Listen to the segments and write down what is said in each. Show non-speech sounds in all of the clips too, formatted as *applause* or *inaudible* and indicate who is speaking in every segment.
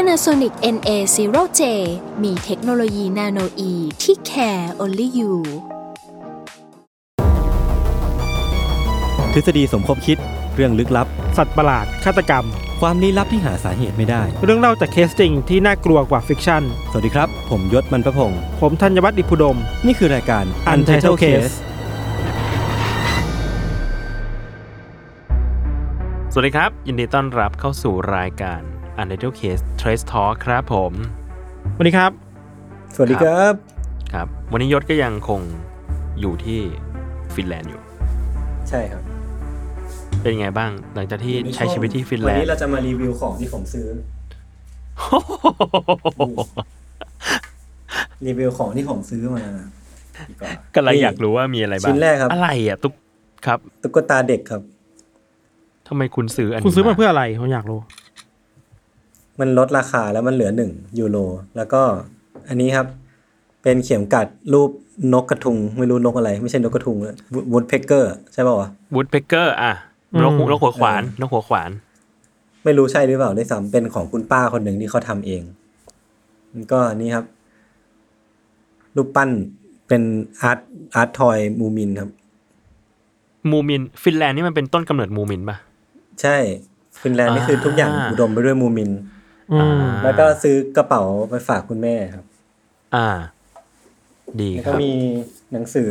Speaker 1: Panasonic NA0J มีเทคโนโลยีนาโนอีที่ care only you
Speaker 2: ทฤษฎีสมคบคิดเรื่องลึกลับ
Speaker 3: สัตว์ประหลาด ฆาตกรรม
Speaker 2: ความลี้ลับที่หาสาเหตุไม่ได้
Speaker 3: เรื่องเล่าจากเคสจริงที่น่ากลัวกว่าฟิกชั่น
Speaker 2: สวัสดีครับ ผมยศมันประพงศ์
Speaker 3: ผมธัญวัฒน์อิพุดม
Speaker 2: นี่คือรายการ
Speaker 3: Untitled Case
Speaker 4: สวัสดีครับ ยินดีต้อนรับเข้าสู่รายการ Untitled Case Trace Talk ครับผม
Speaker 3: วันนี้ครับ
Speaker 2: สวัสดีครับ
Speaker 4: ครับ วันนี้ยศก็ยังคงอยู่ที่ฟินแลนด์อยู่
Speaker 5: ใช่ครับ
Speaker 4: เป็นยังไงบ้าง หลังจากที่ใช้ชีวิตที่ฟินแล
Speaker 5: วัน
Speaker 4: น
Speaker 5: นี้
Speaker 4: ด์
Speaker 5: เราจะมารีวิวของที่ผม
Speaker 4: *laughs*
Speaker 5: ซื้อ รีวิวของที่ผมซื้อมาดีว่า
Speaker 4: กำลังอยากรู้ว่ามีอะไรบ้าง
Speaker 5: ชิ้นแรกครับ
Speaker 4: อะไรอ่ะตุ๊กครับ
Speaker 5: ตุ๊กตาเด็กครับ
Speaker 4: ทำไมคุณซื้ออันนี้
Speaker 3: คุณซื้อมาเพื่ออะไรผมอยากรู้
Speaker 5: มันลดราคาแล้วมันเหลือหนึ่งยูโรแล้วก็อันนี้ครับ เป็นเข็มกัดรูปนกกระทุง ไม่รู้นกอะไร ไม่ใช่นกกระทุงวูดเพกเกอร์ใช่ป่าววะ
Speaker 4: วูดเพกเกอร์อ่ะ
Speaker 3: อืม
Speaker 4: นกหูนกหัวขวานนกหัวขวาน
Speaker 5: ไม่รู้ใช่หรือเปล่าด้วยซ้ำเป็นของคุณป้าคนหนึ่งที่เขาทำเองแล้วก็อันนี้ครับ รูปปั้นเป็นอาร์ตอาร์ตทอยมูมินครับ
Speaker 4: มูมินฟินแลนด์นี่มันเป็นต้นกำเนิดมูมินป่ะ
Speaker 5: ใช่ฟินแลนด์นี่คือทุกอย่าง
Speaker 4: อ่า
Speaker 5: อุดมไปด้วยมูมิน
Speaker 3: อืม
Speaker 4: อ่า
Speaker 5: แล้วก็ซื้อกระเป๋าไปฝากคุณแม่ครับ
Speaker 4: อ่า ดี
Speaker 5: แล้ว
Speaker 4: ค
Speaker 5: ก็
Speaker 4: รับ
Speaker 5: มีหนังสือ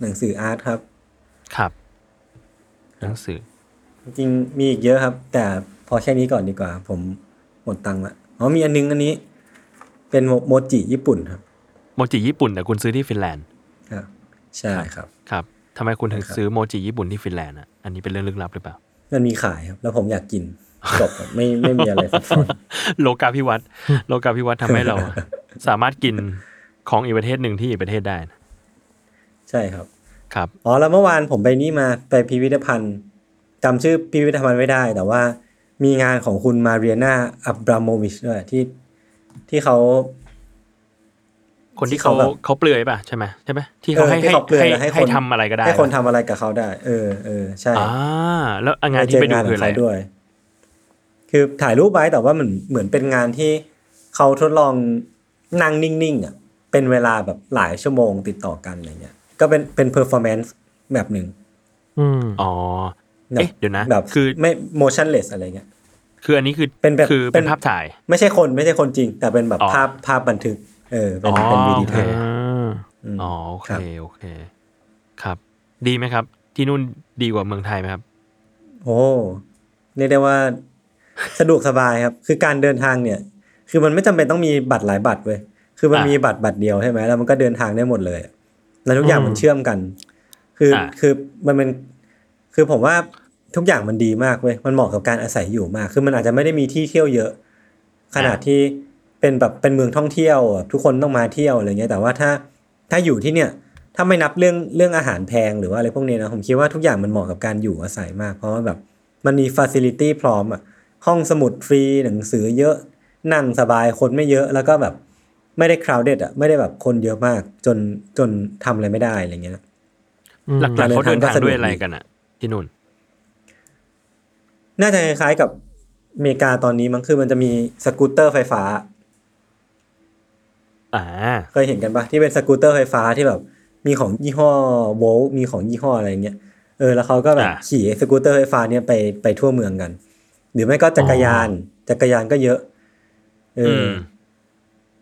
Speaker 5: หนังสืออาร์ตครับ
Speaker 4: ครับหนังสือ
Speaker 5: จริงๆมีอีกเยอะครับ แต่พอแค่นี้ก่อนดีกว่า ผมหมดตังค์ละอ๋อมีอันนึงอันนี้ เป็นโมโมจิญี่ปุ่นครับ
Speaker 4: โมจิญี่ปุ่นแต่คุณซื้อที่ฟินแลนด์
Speaker 5: ครับใช่ครับ
Speaker 4: ครับทำไมคุณถึง
Speaker 5: ครับ
Speaker 4: ซื้อโมจิญี่ปุ่นที่ฟินแลนด์อ่ะ อันนี้เป็นเรื่องลึกลับหรือเปล่า *laughs*
Speaker 5: มันมีขายครับ แล้วผมอยากกินจบครับไม่ไม่มีอะไรซับซ้อน
Speaker 4: โลกาพิวัตร *laughs* โลกาพิวัตรทำให้เรา สามารถกินของอีกประเทศหนึ่งที่อีกประเทศได้นะ
Speaker 5: ใช่ครับ
Speaker 4: ครับ
Speaker 5: อ๋อแล้วเมื่อวานผมไปนี่มาไปพิพิธภัณฑ์จำชื่อพิพิธภัณฑ์ไม่ได้ แต่ว่ามีงานของคุณมาเรียนาอับราโมวิชด้วยที่ที่เขา
Speaker 4: คนที่เขา
Speaker 5: ที่เขาแบบ
Speaker 4: เขาเปลือยป่ะใช่ไหมใช่ไหมที่เขาให้
Speaker 5: ออที่เขาเปลือยแล้ว
Speaker 4: ให้
Speaker 5: ให้
Speaker 4: ให้
Speaker 5: คน
Speaker 4: ทำอะไรก็ได้
Speaker 5: ให้คนทำอะไรกับเขาได้ เออเออใช่
Speaker 4: อ่าแล้วงาน
Speaker 5: เจ
Speaker 4: ที่
Speaker 5: อ
Speaker 4: ไปดู
Speaker 5: งานข
Speaker 4: คือ
Speaker 5: อง
Speaker 4: อะไร
Speaker 5: เขาด้วย คือถ่ายรูปไว้แต่ว่ามันเหมือนเป็นงานที่เขาทดลองนั่งนิ่งๆอ่ะเป็นเวลาแบบหลายชั่วโมงติดต่อกันอะไรเงี้ย ก็เป็นเป็นเพอร์ฟอร์แมนซ์แบบหนึ่ง
Speaker 3: อืม
Speaker 4: อ๋อ เอ๊ะเดี๋ยวนะ
Speaker 5: แบบ
Speaker 4: คือ
Speaker 5: ไม่ motionless อะไรเงี้ย
Speaker 4: คืออันนี้คือ
Speaker 5: เป็นแบบ
Speaker 4: คือเป็น
Speaker 5: เป็น
Speaker 4: ภาพถ่าย
Speaker 5: ไม่ใช่คนไม่ใช่คนจริง แต่เป็นแบบ
Speaker 4: อ๋อ
Speaker 5: ภาพภาพบันทึก เออ เป็
Speaker 4: อ๋
Speaker 5: น
Speaker 4: อ
Speaker 5: เป็นวิดี
Speaker 4: โอ
Speaker 5: โอ
Speaker 4: เค
Speaker 3: า
Speaker 5: อม
Speaker 4: อ๋อโอเค
Speaker 5: ครับ
Speaker 4: โอเค ครับ ดีไหมครับ ที่นู่นดีกว่าเมืองไทยไหมครับ
Speaker 5: โอ้เรียกได้ว่า สะดวกสบายครับ คือการเดินทางเนี่ย คือมันไม่จำเป็นต้องมีบัตรหลายบัตรเว้ยคือมัน
Speaker 4: อ่ะ
Speaker 5: มีบัตรบัตรเดียวใช่ไหมแล้วมันก็เดินทางได้หมดเลยแล้วทุกอย่างมันเชื่อมกัน คืออะ คือมันเป็นคือผมว่าทุกอย่างมันดีมากเว้ยมันเหมาะกับการอาศัยอยู่มาก คือมันอาจจะไม่ได้มีที่เที่ยวเยอะ ขนาดที่เป็นแบบเป็นเมืองท่องเที่ยวแบบทุกคนต้องมาเที่ยวอะไรเงี้ยแต่ว่าถ้าถ้าอยู่ที่เนี่ย ถ้าไม่นับเรื่องเรื่องอาหารแพงหรือว่าอะไรพวกนี้นะผมคิดว่าทุกอย่างมันเหมาะกับการอยู่อาศัยมาก เพราะว่าแบบมันมีฟ a ซิลิตี้พร้อมอ่ะห้องสมุดฟรีหนังสือเยอะนั่งสบายคนไม่เยอะแล้วก็แบบไม่ได้ crowded อ่ะไม่ได้แบบคนเยอะมากจนจนทำอะไรไม่ได้อะไรเงี้ย
Speaker 3: อืม
Speaker 4: หลักๆเขาเดินทา
Speaker 5: การเดินทาง
Speaker 4: งด้วย
Speaker 5: ก็สะดวก
Speaker 4: อะไรกันอ่ะ ที่นู่น
Speaker 5: น่าจะคล้ายๆกับอเมริกาตอนนี้มั้งคือมันจะมีสกูตเตอร์ไฟฟ้า
Speaker 4: อ่า
Speaker 5: เคยเห็นกันปะที่เป็นสกูตเตอร์ไฟฟ้าที่แบบมีของยี่ห้อโวลมีของยี่ห้ออะไรอย่างเงี้ยเออแล้วเขาก็แบบ
Speaker 4: อ่า
Speaker 5: ขี่สกูตเตอร์ไฟฟ้าเนี่ยไปไปทั่วเมืองกัน หรือไม่ก็จักรยาน จักรยานก็เยอะเอออ
Speaker 4: อืม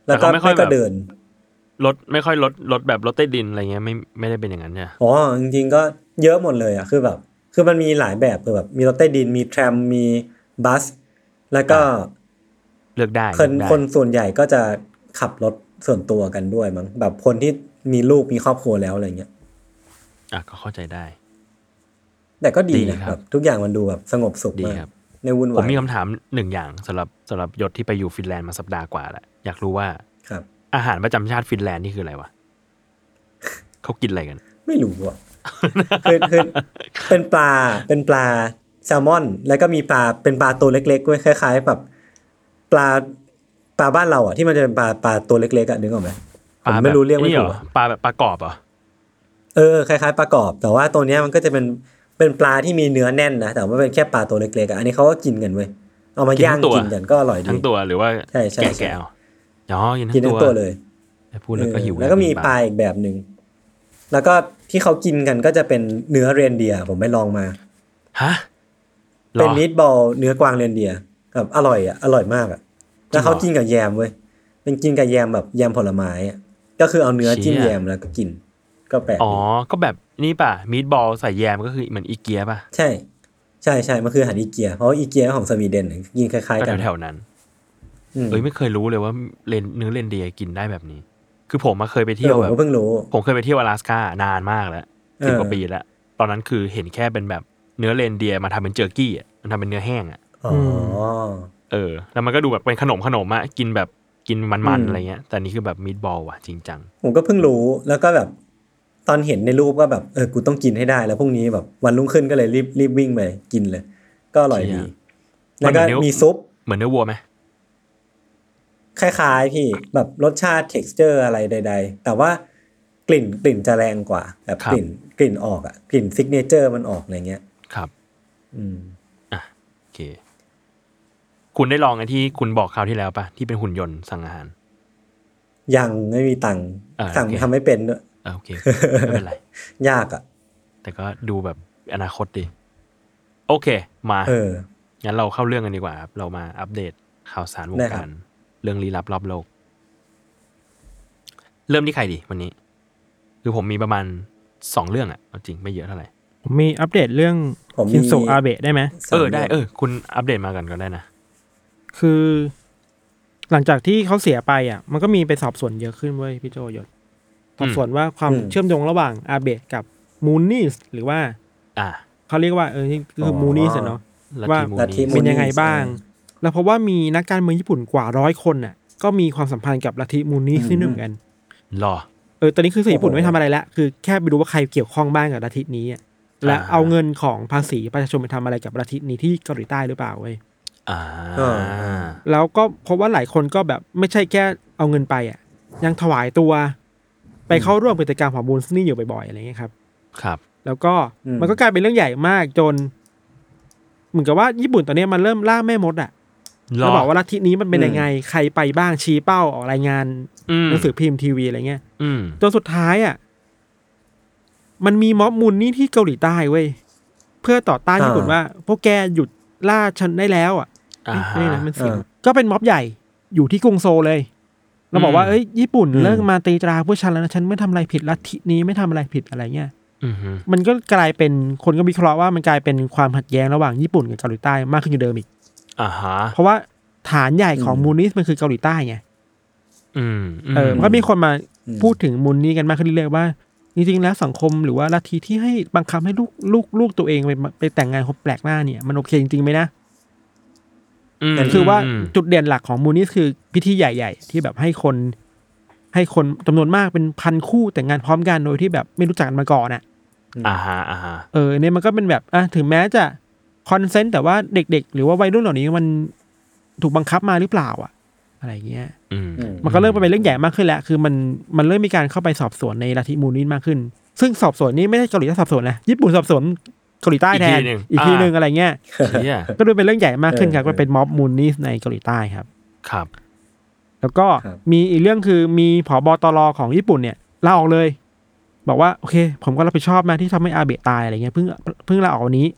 Speaker 5: แล้วก็
Speaker 4: แต่เขาไม่ค่อย
Speaker 5: ไม่ก็
Speaker 4: แบบ
Speaker 5: เดิน
Speaker 4: รถไม่ค่อยรถรถแบบรถใต้ดินอะไรเงี้ยไม่ไม่ได้เป็นอย่างนั้นใช่ไหม
Speaker 5: อ๋อจริงๆก็เยอะหมดเลยอ่ะคือแบบ คือมันมีหลายแบบคือแบบมีรถใต้ดินมีแทรมมีบัส แล้วก็
Speaker 4: เลือกได้
Speaker 5: คน
Speaker 4: เลือกได้
Speaker 5: คนส่วนใหญ่ก็จะขับรถส่วนตัวกันด้วยมั้งแบบคนที่มีลูกมีครอบครัวแล้วอะไรเงี้ย
Speaker 4: อ่ะก็เข้าใจได้
Speaker 5: แต่ก็ดี
Speaker 4: ดี
Speaker 5: นะครับ แบบทุกอย่างมันดูแบบสงบสุข
Speaker 4: ดี
Speaker 5: มาก
Speaker 4: ครับ
Speaker 5: ในวุ่น
Speaker 4: ผม
Speaker 5: วาย
Speaker 4: มีคำถามหนึ่งอย่างสำหรับสำหรับยศที่ไปอยู่ฟินแลนด์มาสัปดาห์กว่าแล้ว อยากรู้ว่า
Speaker 5: ครับ
Speaker 4: อาหารประจำชาติฟินแลนด์นี่คืออะไร
Speaker 5: *laughs*
Speaker 4: วะ เขากินอะไรกัน
Speaker 5: ไม่รู้อ่ะ คือคือเป็นปลาเป็นปลาแซลมอน แล้วก็มีปลาเป็นปลาตัวเล็กๆเว้ยคล้ายๆแบบปลาปลาบ้านเราอ่ะที่มันจะเป็นปลาปลาตัวเล็กๆอ่ะนึกออกไหมผมไม่รู้เรียกไม่ถูกอะ
Speaker 4: ปลาแบบนี่หอปลาแบบปลากรอบเหรอ
Speaker 5: เออคล้ายๆปลากรอบ แต่ว่าตัวเนี้ยมันก็จะเป็นเป็นปลาที่มีเนื้อแน่นนะแต่ว่าเป็นแค่ปลาตัวเล็กๆอ่ะอันนี้เขาก็กินกันเว้ยเอามา
Speaker 4: กินทั้
Speaker 5: ย่าง
Speaker 4: งตัว
Speaker 5: กินกันก็อร่อยดี
Speaker 4: ทั้งตัวหรือว่า
Speaker 5: ใช่ใช่
Speaker 4: แกะ
Speaker 5: ใช่
Speaker 4: แกะเอาอ๋อกิน
Speaker 5: กิน
Speaker 4: ทั้
Speaker 5: ทั้
Speaker 4: งตั
Speaker 5: ง
Speaker 4: ว
Speaker 5: ตัวเลย
Speaker 4: พูดแล้วก็หิว
Speaker 5: เออแล้วก็มีปลาอีกแบบหนึ่งแล้วก็ที่เขากินกันก็จะเป็นเนื้อเรนเดียร์ผมไปลองมา
Speaker 4: ฮะหรอ
Speaker 5: เป็นมีดบอลเนื้อกวางเรนเดียร์แบบอร่อยอ่ะอร่อยมากอ่ะ
Speaker 4: จริงเหรอ
Speaker 5: แล้วเขากินกับแยมเว้ยเป็นกินกับแยมแบบแยมผลไม้อ่ะก็คือเอาเนื้อ
Speaker 4: เชี่ย
Speaker 5: จิ้มแยมแล้วก็กิน ก็แปลก
Speaker 4: อ๋อ
Speaker 5: ดี
Speaker 4: ก็แบบนี่ป่ะมีดบอลใส่แยมก็คือเหมือนอีเกียป่ะ
Speaker 5: ใช่ ใช่ใช่มันคืออาหารอีเกียเพราะว่าอีเกียของสวีเดนเนี่ยกินคล้าย
Speaker 4: ก็
Speaker 5: ๆกัน
Speaker 4: แถวๆนั้น
Speaker 5: อืม
Speaker 4: เอ้ยไม่เคยรู้เลยว่าเลนเนื้อเลนเดียกินได้แบบนี้ คือผมมาเคยไป
Speaker 5: เอ
Speaker 4: เที่ย
Speaker 5: อ
Speaker 4: ว
Speaker 5: ผม
Speaker 4: แบบ
Speaker 5: ก็เพิ่งรู้
Speaker 4: ผมเคยไปเที่ยวอลาสก้านานมากแล้ว
Speaker 5: เออ
Speaker 4: สิบกว่าปีแล้ว ตอนนั้นคือเห็นแค่เป็นแบบเนื้อเลนเดียมาทำเป็นเจอร์กี้อ่ะมันทำเป็นเนื้อแห้งอ่ะ
Speaker 5: อ๋ออ
Speaker 4: เออแล้วมันก็ดูแบบเป็นขนมขนมอ่ะกินแบบกินมัน
Speaker 5: อืม
Speaker 4: ๆอะไรเงี้ยแต่อันนี่คือแบบมีดบอลว่ะจริงจัง
Speaker 5: ผมก็เพิ่งรู้แล้วก็แบบตอนเห็นในรูปก็แบบเออกูต้องกินให้ได้แล้วพรุ่งนี้แบบวันรุ่งขึ้นก็เลยรีบรีบวิ่งไปกินเลย ก็อร่อยดี
Speaker 4: เชี่ย
Speaker 5: แล้วก็
Speaker 4: มันเหมือนเนื้อ
Speaker 5: มีซุป
Speaker 4: เหมือนเนื้อวัวไหม
Speaker 5: คล้ายๆพี่แบบรสชาติ texture อะไรใด ๆ แต่ว่ากลิ่นกลิ่นจะแรงกว่าแบบกลิ่นกลิ่นออกอะกลิ่นซิกเนเจอร์มันออกอะไรเงี้ย
Speaker 4: ครับ
Speaker 5: อืม
Speaker 4: โอเค คุณได้ลองไอ้ที่คุณบอกคราวที่แล้วป่ะที่เป็นหุ่นยนต์สั่งอาหาร
Speaker 5: ยังไม่มีตังค์
Speaker 4: อ่า
Speaker 5: สั่ง
Speaker 4: โอเค
Speaker 5: ทำไม่เป็นด้วย
Speaker 4: เออโอเคไม่เป็นไร
Speaker 5: ยากอะ
Speaker 4: แต่ก็ดูแบบอนาคตดี โอเค มา
Speaker 5: เออ
Speaker 4: งั้นเราเข้าเรื่องกันดีกว่าครับ เรามาอัปเดตข่าวสารวง
Speaker 5: ได้ครั
Speaker 4: กา
Speaker 5: บ
Speaker 4: ร เรื่องลี้ลับรอบโลก เริ่มที่ใครดีวันนี้ คือผมมีประมาณสองเรื่องอะเอาจริงไม่เยอะเท่าไหร่
Speaker 3: ผมมีอัปเดตเรื่อง
Speaker 5: ผมมี
Speaker 3: ชินโซอาเบะได้ไหม
Speaker 5: สาม
Speaker 4: เออได้
Speaker 5: ดืน
Speaker 4: เออ คุณอัปเดตมากันก็ได้นะ
Speaker 3: คือ หลังจากที่เขาเสียไปอ่ะ มันก็มีไปสอบสวนเยอะขึ้นเว้ยพี่โจยศสอบสวนว่าความเชื่อมโยงระหว่างอาเบะกับมูนนี่หรือว่า
Speaker 4: อ่า
Speaker 3: เขาเรียกว่าเออนี่คือมูนี่เนาะ
Speaker 4: ลัท
Speaker 3: ว่า
Speaker 4: ธิมู
Speaker 5: ลัทธิ
Speaker 4: นี
Speaker 5: มู
Speaker 3: เป็นยังไงบ้าง แล้วเพราะว่ามีนักการเมืองญี่ปุ่นกว่าร้อยคนน่ะ ก็มีความสัมพันธ์กับลัทธิมูนนี่ซึ่งหนึ่งกัน
Speaker 4: หรอ
Speaker 3: เออ ตอนนี้คือสื่อญี่ปุ่นไม่ทำอะไรละ คือแค่ไปดูว่าใครเกี่ยวข้องบ้างกับลัทธินี้อะและ
Speaker 4: อ่า
Speaker 3: เอาเงินของภาษีประชาชนไปทำอะไรกับลัทธินี้ที่เกาหลีใต้หรือเปล่าเว้ย
Speaker 4: อ่า
Speaker 5: เออ
Speaker 3: แล้วก็พบว่าหลายคนก็แบบไม่ใช่แค่เอาเงินไปอ่ะ ยังถวายตัว ไปเข้าร่วมกิจกรรมของมูลนี่อยู่บ่อยๆอะไรเงี้ยครับ
Speaker 4: ครับ
Speaker 3: แล้วก็
Speaker 5: อืม
Speaker 3: มันก็กลายเป็นเรื่องใหญ่มากจน เหมือนกับว่าญี่ปุ่นตอนเนี้ยมันเริ่มล่าแม่มดอ่ะ
Speaker 4: หร
Speaker 3: เรา
Speaker 4: อ
Speaker 3: บอกว่าลัทธินี้มันเป็นยังไง ใครไปบ้างชี้เป้าออกรายงาน
Speaker 4: อืม
Speaker 3: หนังสือพิมพ์ทีวีอะไรเงี้ย
Speaker 4: อืม
Speaker 3: จนสุดท้ายอ่ะมันมีม็อบมูลนี่ที่เกาหลีใต้เว้ยเพื่อต่อต้าน
Speaker 5: อ่า
Speaker 3: ญี่ปุ่นว่า พวกแกหยุดล่าฉันได้แล้วอ่ะ
Speaker 4: อ่า
Speaker 3: เอ๊ะนี่
Speaker 4: ฮะ
Speaker 3: นะมันเสียง
Speaker 5: อ่า
Speaker 3: ก็เป็นม็อบใหญ่อยู่ที่กรุงโซลเลย เราบอกว่า
Speaker 4: อืม
Speaker 3: เอ้ยญี่ปุ่น
Speaker 5: อืม
Speaker 3: เลิกมาตีตราพวกฉันแล้วนะฉันไม่ทำอะไรผิดลัทธินี้ไม่ทำอะไรผิดอะไรเงี้ย
Speaker 4: อือฮึ
Speaker 3: มันก็กลายเป็นคนก็วิเคราะห์ว่ามันกลายเป็นความขัดแย้งระหว่างญี่ปุ่นกับเกาหลีใต้มากขึ้นอยู่าเดิมอีก
Speaker 4: อ่าฮะ
Speaker 3: เพราะว่าฐานใหญ่ของ
Speaker 5: อืม
Speaker 3: มูลนิธิมันคือเกาหลีใต้ไง
Speaker 4: อืมม
Speaker 3: เออมันก็มีคนมา
Speaker 5: อืม
Speaker 3: พูดถึงมูลนี้กันมากขึ้นเรื่อยๆว่า จริงๆ แล้วสังคมหรือว่าลัทธิที่ให้บังคับให้ลูกลูกลูกตัวเองไปไปแต่งงานคนแปลกหน้าเนี่ย มันโอเคจริงๆไหมนะ
Speaker 4: ม
Speaker 3: คือว่า
Speaker 4: อืม
Speaker 3: จุดเด่นหลักของมูลนี้คือพิธีใหญ่ๆ ที่แบบให้คน ให้คนจำนวนมากเป็นพันคู่แต่งงานพร้อมกันโดยที่แบบไม่รู้จักกันมาก่อนอ่ะ
Speaker 4: อ่าฮะอ่าฮะ
Speaker 3: เออเนี่ยมันก็เป็นแบบอ่ะถึงแม้จะคอนเซนต์แต่ว่าเด็กๆ หรือว่าวัยรุ่นเหล่านี้มันถูกบังคับมาหรือเปล่าอ่ะ อะไรเงี้ย
Speaker 4: อืม
Speaker 5: อืม
Speaker 3: มันก็เริ่มไปเป็นเรื่องใหญ่มากขึ้นแล้ว คือมันมันเริ่มมีการเข้าไปสอบสวนในลัทธิมูลนิธิมากขึ้น ซึ่งสอบสวนนี่ไม่ใช่เกาหลีใต้สอบสวนนะ ญี่ปุ่นสอบสวนเกาหลีใต้แทน
Speaker 4: อีกทีหนึ่ง
Speaker 3: อีกทีหนึ่ง
Speaker 4: อ่า
Speaker 3: อะไรเงี้ย
Speaker 4: เนีย
Speaker 3: ก็ดูเป็นเรื่องใหญ่มากขึ้นครับ
Speaker 5: เออ
Speaker 3: ก็เป็นม็อบมูลนิธิในเกาหลีใต้ครับ
Speaker 4: ครับ
Speaker 3: แล้วก็
Speaker 5: ครับ
Speaker 3: มีอีกเรื่องคือมีผบตรของญี่ปุ่นเนี่ยลาออกเลย บอกว่าโอเค ผมก็รับผิดชอบนะที่ทำให้อาเบะตายอะไรเงี้ยเพิ่งเพิ่งลาออกวันนี้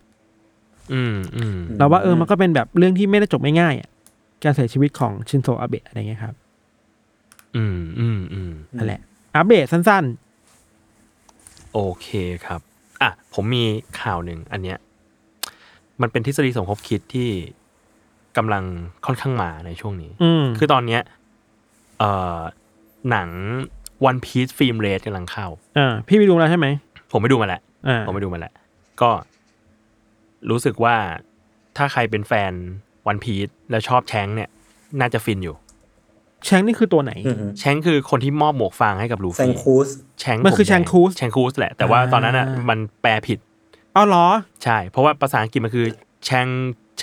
Speaker 4: อืมอืม
Speaker 3: เราว่าเออ มันก็เป็นแบบเรื่องที่ไม่ได้จบง่ายๆอ่ะ การเสียชีวิตของชินโซอาเบะอะไรเงี้ยครับ
Speaker 4: อืมอืมอืม
Speaker 3: นั่นแหละ อาเบะสั้น
Speaker 4: โอเคครับ อ่ะ ผมมีข่าวหนึ่งอันเนี้ย มันเป็นทฤษฎีสมคบคิดที่กำลังค่อนข้างมาในช่วงนี้
Speaker 3: ๆ อืม
Speaker 4: คือตอนเนี้ยเอ่อหนัง One Piece Film Rate กำลังเข้า
Speaker 3: อ่าพี่ไปดูแล้วใช่ไหม
Speaker 4: ผมไปดูมาแล้ว
Speaker 3: อ่า
Speaker 4: ผมไปดูมาแล้ว ก็รู้สึกว่าถ้าใครเป็นแฟน One Piece แล้วชอบแชงเนี่ย น่าจะฟินอยู่
Speaker 3: แชงนี่คือตัวไหน
Speaker 5: อือฮึ
Speaker 4: แชงค์คือคนที่มอบหมวกฟางให้กับลู
Speaker 5: แซง
Speaker 4: ฟี่
Speaker 5: คูส
Speaker 4: แชง
Speaker 3: มันคือ
Speaker 4: ผด
Speaker 3: แชงคูส
Speaker 4: แชงคูสแหละ แต่ว่า
Speaker 3: อ่า
Speaker 4: ตอนนั้นอ่ะมันแปลผิด
Speaker 3: เอาเหรอ
Speaker 4: ใช่ เพราะว่าภาษาอังกฤษมันคือแชง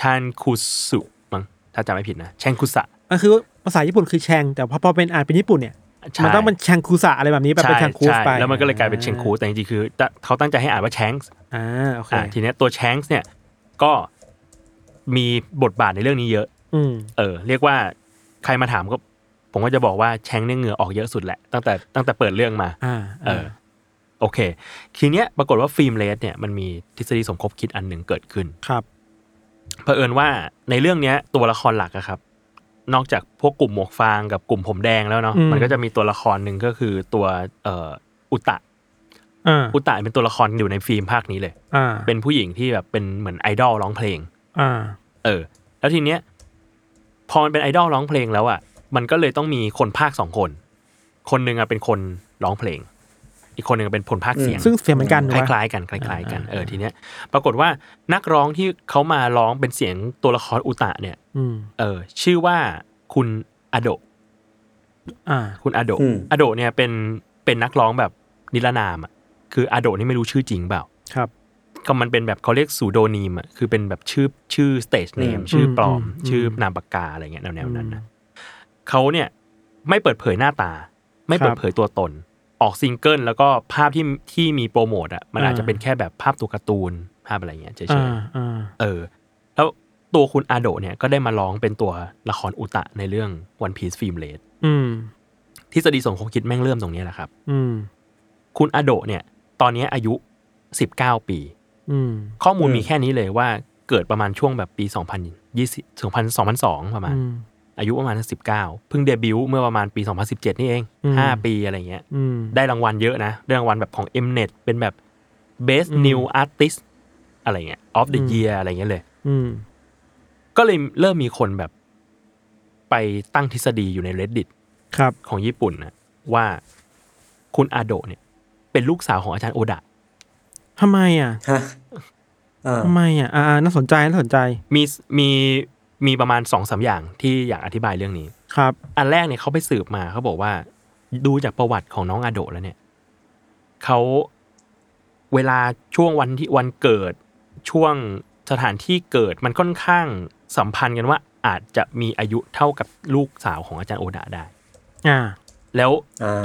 Speaker 4: ชานคุสุมั้งถ้าจำไม่ผิดนะแชงคุสะ
Speaker 3: มันคือภาษาญี่ปุ่นคือแชง แต่พอพอเป็นอ่านเป็นญี่ปุ่นเนี่ย
Speaker 4: ใช่
Speaker 3: มันต้องเป็นแชงคูสะอะไรแบบนี้แบบเป็น
Speaker 4: ใช่
Speaker 3: แชงคูส
Speaker 4: ใช่
Speaker 3: ไป
Speaker 4: แล้วมันก็เลยกลายเป็นแชงคูสแต่จริงๆคือจะเขาตั้งใจให้อ่านว่าแชงส์
Speaker 3: อ่าโอเค
Speaker 4: อ่ะทีเนี้ยตัวแชงส์เนี่ยก็มีบทบาทในเรื่องนี้เยอะ
Speaker 3: อืม
Speaker 4: เออ เรียกว่าใครมาถามก็ผมก็จะบอกว่าแชงส์เนี่ยเหงื่อออกเยอะสุดแหละตั้งแต่ตั้งแต่เปิดเรื่องมา
Speaker 3: อ่า
Speaker 4: เออ โอเค ทีเนี้ยปรากฏว่าฟิล์มเลสเนี่ยมันมีทฤษฎีสมคบคิดอันหนึ่งเกิดขึ้น
Speaker 3: ครับ
Speaker 4: เผอิญว่าในเรื่องเนี้ยตัวละครหลักอะครับ นอกจากพวกกลุ่มหมวกฟางกับกลุ่มผมแดงแล้วเนาะ
Speaker 3: อืม
Speaker 4: มันก็จะมีตัวละครหนึ่งก็คือตัวเอ่ออุตะ
Speaker 3: อ่า
Speaker 4: อุตะเป็นตัวละครอยู่ในฟิล์มภาคนี้เลย
Speaker 3: อ่า
Speaker 4: เป็นผู้หญิงที่แบบเป็นเหมือนไอดอลร้องเพลง
Speaker 3: อ่า
Speaker 4: เออแล้วทีเนี้ยพอมันเป็นไอดอลร้องเพลงแล้วอะ่ะมันก็เลยต้องมีคนภาคสองคน คนหนึ่งอ่ะเป็นคนร้องเพลง อีกคนหนึ่งเป็นคนภาคเสียง
Speaker 3: ซึ่งเสียงเหมือนกัน
Speaker 4: ค
Speaker 3: ถูกปะ
Speaker 4: ล้ายๆกันคล้ายๆกันเออทีเนี้ยปรากฏว่านักร้องที่เขามาร้องเป็นเสียงตัวละครอุตะเนี่ย
Speaker 3: อืม
Speaker 4: เออชื่อว่าคุณอโดะ
Speaker 3: อ่า
Speaker 4: คุณอโดะ
Speaker 5: อืม
Speaker 4: อโดะเนี่ยเป็นเป็นนักร้องแบบนิรนามอ่ะคืออโดะนี่ไม่รู้ชื่อจริงเปล่า
Speaker 3: ครับ
Speaker 4: ก็มันเป็นแบบเขาเรียกสูโดนีมอ่ะ คือเป็นแบบชื่อชื่อสเตจเนม
Speaker 5: อืม
Speaker 4: ชื่อปลอม
Speaker 3: อืมอืม
Speaker 4: ชื่อนามปากกาอะไรเงี้ยแนวๆนั้นนะเขาเนี่ยไม่เปิดเผยหน้าตา ไม่เปิดเผยตัวตน ออกซิงเกิลแล้วก็ภาพที่ที่มีโปรโมทอ่ะมันอาจจะเป็นแค่แบบภาพตัวการ์ตูนภาพอะไรเงี้ยเฉย
Speaker 3: อ่าอ่า
Speaker 4: ๆเออ แล้วตัวคุณอาโดะเนี่ยก็ได้มาร้องเป็นตัวละครอุตะในเรื่อง One Piece Film Raid
Speaker 3: อืม
Speaker 4: ทฤษฎีสมคบคิดแม่งเริ่มตรงเนี้ยแหละครับ
Speaker 3: อืม
Speaker 4: คุณอาโดะเนี่ย ตอนเนี้ยอายุ 19 ปี
Speaker 3: อืม
Speaker 4: ข้อมูล
Speaker 5: อืม
Speaker 4: มีแค่นี้เลยว่าเกิดประมาณช่วงแบบปี 2020 2000 2002 ประมาณ
Speaker 3: อืม
Speaker 4: อายุประมาณ 19 เพิ่งเดบิวต์เมื่อประมาณปี 2017 นี่เอง
Speaker 3: อืม
Speaker 4: 5 ปีอะไรเงี้ย
Speaker 3: อืม
Speaker 4: ได้รางวัลเยอะนะ ได้รางวัลแบบของ Mnet เป็นแบบ Best
Speaker 3: อืม
Speaker 4: New Artist อะไรเงี้ย of the
Speaker 3: อืม
Speaker 4: Year อะไรเงี้ยเลย
Speaker 3: อืม
Speaker 4: ก็เลยเริ่มมีคนแบบไปตั้งทฤษฎีอยู่ใน reddit
Speaker 3: ครับ
Speaker 4: ของญี่ปุ่นนะว่าคุณอาโดะเนี่ย เป็นลูกสาวของอาจารย์โอดะ
Speaker 3: ทำไมอ่ะ
Speaker 5: ฮะอ่า
Speaker 3: ทำไมอ่ะอ่าอ่าน่าสนใจน่าสนใจ
Speaker 4: มีมีมีประมาณสองสามอย่างที่อยากอธิบายเรื่องนี้
Speaker 3: ครับ
Speaker 4: อันแรกเนี่ยเขาไปสืบมาเขาบอกว่า ดูจากประวัติของน้องอาโดะแล้วเนี่ยเขาเวลาช่วงวันที่วันเกิด ช่วงสถานที่เกิดมันค่อนข้างสัมพันธ์กันว่าอาจจะมีอายุเท่ากับลูกสาวของอาจารย์โอดะได้
Speaker 3: อ่า
Speaker 4: แล้ว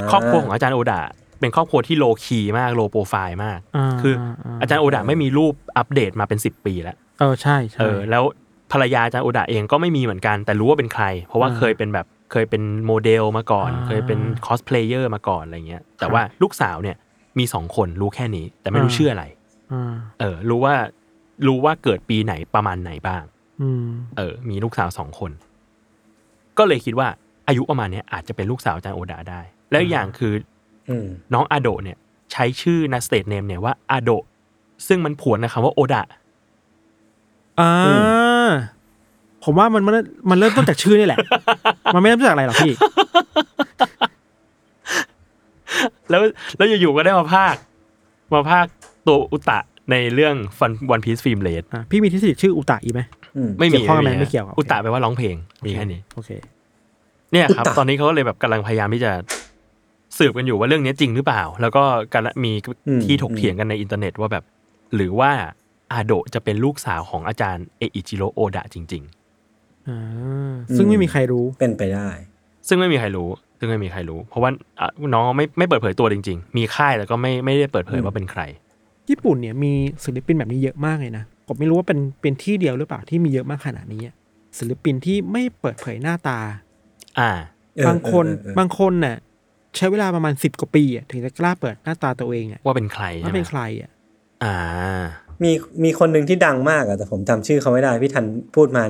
Speaker 5: า
Speaker 4: ครอบครัวของอาจารย์โอดะเป็นครอบครัวที่โลคีมากโลโปรไฟล์มาก
Speaker 3: อ่า
Speaker 4: คืออา อาจารย์โอดะไม่มีรูปอัปเดตมาเป็น 10 ปีแล้ว
Speaker 3: เออใช่
Speaker 4: เอ
Speaker 3: ใช่
Speaker 4: อแล้วภรรยาอาจารย์โอดะเองก็ไม่มีเหมือนกัน แต่รู้ว่าเป็นใคร เพราะว่า
Speaker 3: อ่า
Speaker 4: เคยเป็นแบบเคยเป็นโมเดลมาก่อน
Speaker 3: อ่า
Speaker 4: เคยเป็นคอสเพลเยอร์มาก่อนอะไรเงี้ย แต่
Speaker 3: ครับ
Speaker 4: ว่าลูกสาวเนี่ยมีสองคนรู้แค่นี้ แต่ไม่รู้ชื่ออะไร
Speaker 3: อ่า
Speaker 4: เออ รู้ว่ารู้ว่าเกิดปีไหนประมาณไหนบ้าง
Speaker 3: อืม
Speaker 4: เออ มีลูกสาวสองคน ก็เลยคิดว่าอายุประมาณเนี้ยอาจจะเป็นลูกสาวอาจารย์โอดะได้ แล้วอีกอย่างคือ
Speaker 5: อืม
Speaker 4: น้องอาโดะเนี่ยใช้ชื่อในสเตทเนมเนี่ยว่าอาโดะซึ่งมันผวนนะคำว่าโอดะ
Speaker 3: อ่าผมว่ามันมันมันเริ่มต้นจากชื่อนี่แหละ *laughs* มันไม่เริ่มต้นจากอะไรหรอกพี่
Speaker 4: แล้วแล้วอยู่ๆก็ได้มาภาค มาภาคตัวอุตะในเรื่องฟันวันพีซฟิล์มเลด
Speaker 3: อ่ะพี่มีทฤษฎีชื่ออุตะอีกไหม
Speaker 5: อืม
Speaker 4: ไม่
Speaker 3: เกี่
Speaker 4: มี
Speaker 3: ยวข้องกันไหม
Speaker 4: ฮะ
Speaker 3: ไม่เกี่ยวโอเค
Speaker 4: อุตะแปลว่าร้องเพลงมีแค่นี้
Speaker 3: โอเค
Speaker 4: เนี่ยครับ
Speaker 5: อุตะ
Speaker 4: ตอนนี้เขาก็เลยแบบกำลังพยายามที่จะสืบกันอยู่ว่าเรื่องนี้จริงหรือเปล่า แล้วก็กำลังมีที่ถกเถียงกันในอินเทอร์เน็ตว่าแบบ หรือว่าอาโดะจะเป็นลูกสาวของอาจารย์เออิจิโรโอดะจริง
Speaker 3: อ่าซึ่งไม่มีใครรู้
Speaker 5: เป็นไปได้
Speaker 4: ๆ ซึ่งไม่มีใครรู้ ซึ่งไม่มีใครรู้ เพราะว่าอ่ะน้องไม่ไม่เปิดเผยตัวจริง ๆ มีค่ายแล้วก็ไม่ไม่ได้เปิดเผยว่าเป็นใคร
Speaker 3: ญี่ปุ่นเนี่ยมีศิลปินแบบนี้เยอะมากเลยนะ ผมไม่รู้ว่าเป็นเป็นที่เดียวหรือเปล่าที่มีเยอะมากขนาดนี้อะศิลปินที่ไม่เปิดเผยหน้าตา
Speaker 4: อ่า
Speaker 5: เออบ
Speaker 3: างคน
Speaker 5: เออเออ
Speaker 3: บางคนน่ะใช้เวลาประมาณสิบกว่าปีอะถึงจะกล้าเปิดหน้าตาตัวเองอ่ะ
Speaker 4: ว่าเป็นใคร
Speaker 3: ว่า
Speaker 4: ใช่ไหม
Speaker 3: เป็นใครอ่ะ
Speaker 4: อ่า
Speaker 5: มีมีคนหนึ่งที่ดังมากอะแต่ผมจำชื่อเขาไม่ได้ พี่ทันพูดมา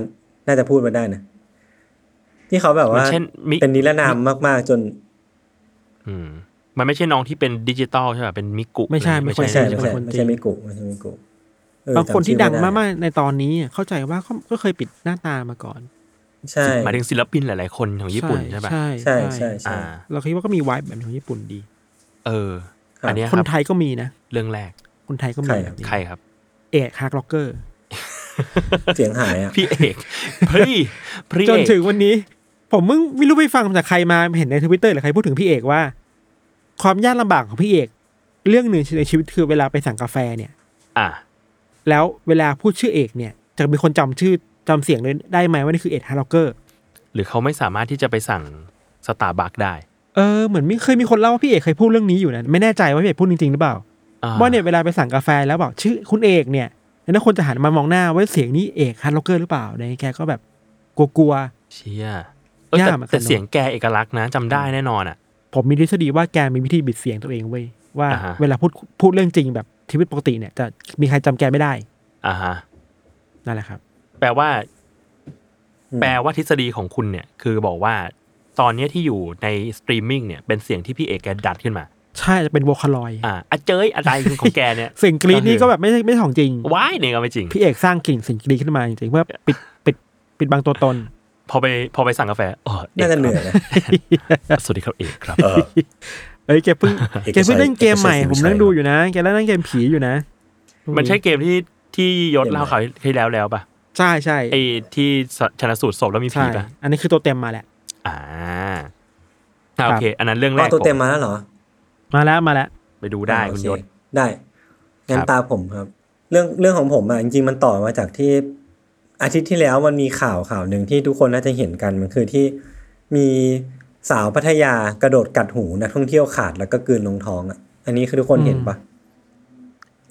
Speaker 5: น่าจะพูดมาได้นะ ที่เขาแบบ
Speaker 4: มั
Speaker 5: ว่าน
Speaker 4: เช่นมิ
Speaker 5: เป็นนิรนามมากๆ จน
Speaker 4: อืมมันไม่ใช่น้องที่เป็นดิจิตอลใช่ป่ะเป็นมิกุ
Speaker 3: ไม่ใช่ไม่
Speaker 5: ไม่
Speaker 3: ใช่
Speaker 5: ใช่ไม่
Speaker 3: ไม่ใช่
Speaker 5: ใช่
Speaker 3: คน
Speaker 5: ไม่
Speaker 3: จี
Speaker 5: ใช่
Speaker 3: น
Speaker 5: มิกุไม่ใช่มิกุเออบ
Speaker 3: างคนที่
Speaker 5: จำชื่
Speaker 3: ดั
Speaker 5: อง ไไ
Speaker 3: มากๆในตอนนี้อะเข้าใจว่าเขาก็เคยปิดหน้าตามาก่อน
Speaker 5: ใช่
Speaker 4: หมายถึงศิลปินหลาย ๆ คนของญี่ปุ่นใช่ป่ะ
Speaker 3: ใช่
Speaker 5: ใช่ใช่ใช่
Speaker 4: อ่า
Speaker 3: เราคิดว่าก็มีไวท์แบบนี้ของญี่ปุ่นดี
Speaker 4: เออ
Speaker 5: ครับ
Speaker 4: อันเนี้ยค
Speaker 3: คน
Speaker 4: รับ
Speaker 3: ไทยก็มีนะ
Speaker 4: เรื่องแรก
Speaker 3: คนไทยก็มี
Speaker 5: ใคร
Speaker 3: แบ
Speaker 5: อะ
Speaker 3: บนี้
Speaker 4: ใครครับ
Speaker 3: เอกฮาร์ดล็อกเกอร์
Speaker 5: เสียงหายอ่ะ
Speaker 4: พี่เอก พี่พี่
Speaker 3: จน
Speaker 4: เอก
Speaker 3: ถึงวันนี้ ผมมึงไม่รู้ไปฟังจากใครมาเห็นในทวิตเตอร์หรือใครพูดถึงพี่เอกว่า ความยากลำบากของพี่เอก เรื่องหนึ่งในชีวิตคือเวลาไปสั่งกาแฟเนี่ย
Speaker 4: อ่า
Speaker 3: แล้วเวลาพูดชื่อเอกเนี่ย จะมีคนจำชื่อจำเสียงเลยได้ไหมว่านี่คือเอกฮาร์ล็อกเกอร์
Speaker 4: หรือเขาไม่สามารถที่จะไปสั่งสตาร์บัคได้
Speaker 3: เออเหมือนมีเคยมีคนเล่าว่าพี่เอกเคยพูดเรื่องนี้อยู่นะไม่แน่ใจว่าพี่เอกพูดจริงๆหรือเปล่า
Speaker 4: อ่
Speaker 3: ว่าเนี่ยเวลาไปสั่งกาแฟแล้วบอกชื่อคุณเอกเนี่ยแล้วคนจะหันมามองหน้าว่าเสียงนี้เอกฮาร์ล็อกเกอร์หรือเปล่าในแกก็แบบกลัว
Speaker 4: เชียเอ้ย
Speaker 3: ยาก
Speaker 4: แต่
Speaker 3: เหมือนกัน
Speaker 4: แต่
Speaker 3: เนอะ
Speaker 4: เสียงแกเอกลักษณ์นะจำได้แน่นอนอ่ะ
Speaker 3: ๆผมมีทฤษฎีว่าแกมีวิธีบิดเสียงตัวเองเว้ยว่า
Speaker 4: อ่าฮะ
Speaker 3: เวลาพูดพูดเรื่องจริงแบบชีวิตปกติเนี่ยจะมีใครจำแกไม่ได้
Speaker 4: อ่าฮะ
Speaker 3: นั่นแหละครับ
Speaker 4: แปลว่า
Speaker 5: อืม
Speaker 4: แปลว่าทฤษฎีของคุณเนี่ย คือบอกว่า ตอนเนี้ยที่อยู่ในสตรีมมิ่งเนี่ยเป็นเสียงที่พี่เอกแกดัดขึ้นมา
Speaker 3: ใช่จะเป็นโวคาลอยด์
Speaker 4: อ่าอะเจยอะไรของแกเนี่ย
Speaker 3: เสียงกรีดนี่
Speaker 4: ก็
Speaker 3: ก็
Speaker 4: คือ
Speaker 3: แบบไม่ใช่ไม่ใช่ของจริง
Speaker 4: ว้ายเนี่ยก็ไม่จริง
Speaker 3: พี่เอกสร้างกลิ่นเสียงกรีดขึ้นมาจริงๆเพื่อปิดปิดปิดบังตัวตน
Speaker 4: พอไปพอไปสั่งกาแฟอ๋อเอก
Speaker 5: น่าจะเหนื่อยนะ
Speaker 4: ครับสวัสดีครับเอกครับ
Speaker 3: เอ้ยแกเพิ่ง
Speaker 5: เอกชัย
Speaker 3: แกเพิ่งเล่นเกมใหม่
Speaker 5: เอกชัย
Speaker 3: ผมนั่งดูอยู่นะแกเล่นเกมผีอยู่นะ
Speaker 4: มันใช่เกมที่ที่ยศเล่า
Speaker 5: เกมอะไร
Speaker 4: ข่าวที่แล้วแล้วป่ะ
Speaker 3: ใช่ใช่
Speaker 4: ไอ้ที่ชนะสูตรศพแล้วมีผี
Speaker 3: ใช่
Speaker 4: ป่ะ
Speaker 3: อันนี้คือตัวเต็มมาแหละ
Speaker 4: อ่าอ่ะโอเค อันนั้นเรื่องแร
Speaker 5: เอา
Speaker 4: ก
Speaker 5: ตัวเต็ม
Speaker 4: ผ
Speaker 5: มาแล้วเหรอ
Speaker 3: มาแล้วมาแล้ว
Speaker 4: ไปดูได้
Speaker 5: อ่า
Speaker 4: คุณ
Speaker 5: โอเ
Speaker 4: ยศ
Speaker 5: ได้งั้น
Speaker 4: ครับ
Speaker 5: ตาผมครับ เรื่องเรื่องของผมอ่ะจริงๆมันต่อมาจากที่อาทิตย์ที่แล้วมันมีข่าวข่าวหนึ่งที่ทุกคนน่าจะเห็นกันมันคือที่มีสาวพัทยากระโดดกัดหูนักท่องเที่ยวขาดแล้วก็กลืนลงท้องอ่ะอันนี้คือทุกคนเห็นปะ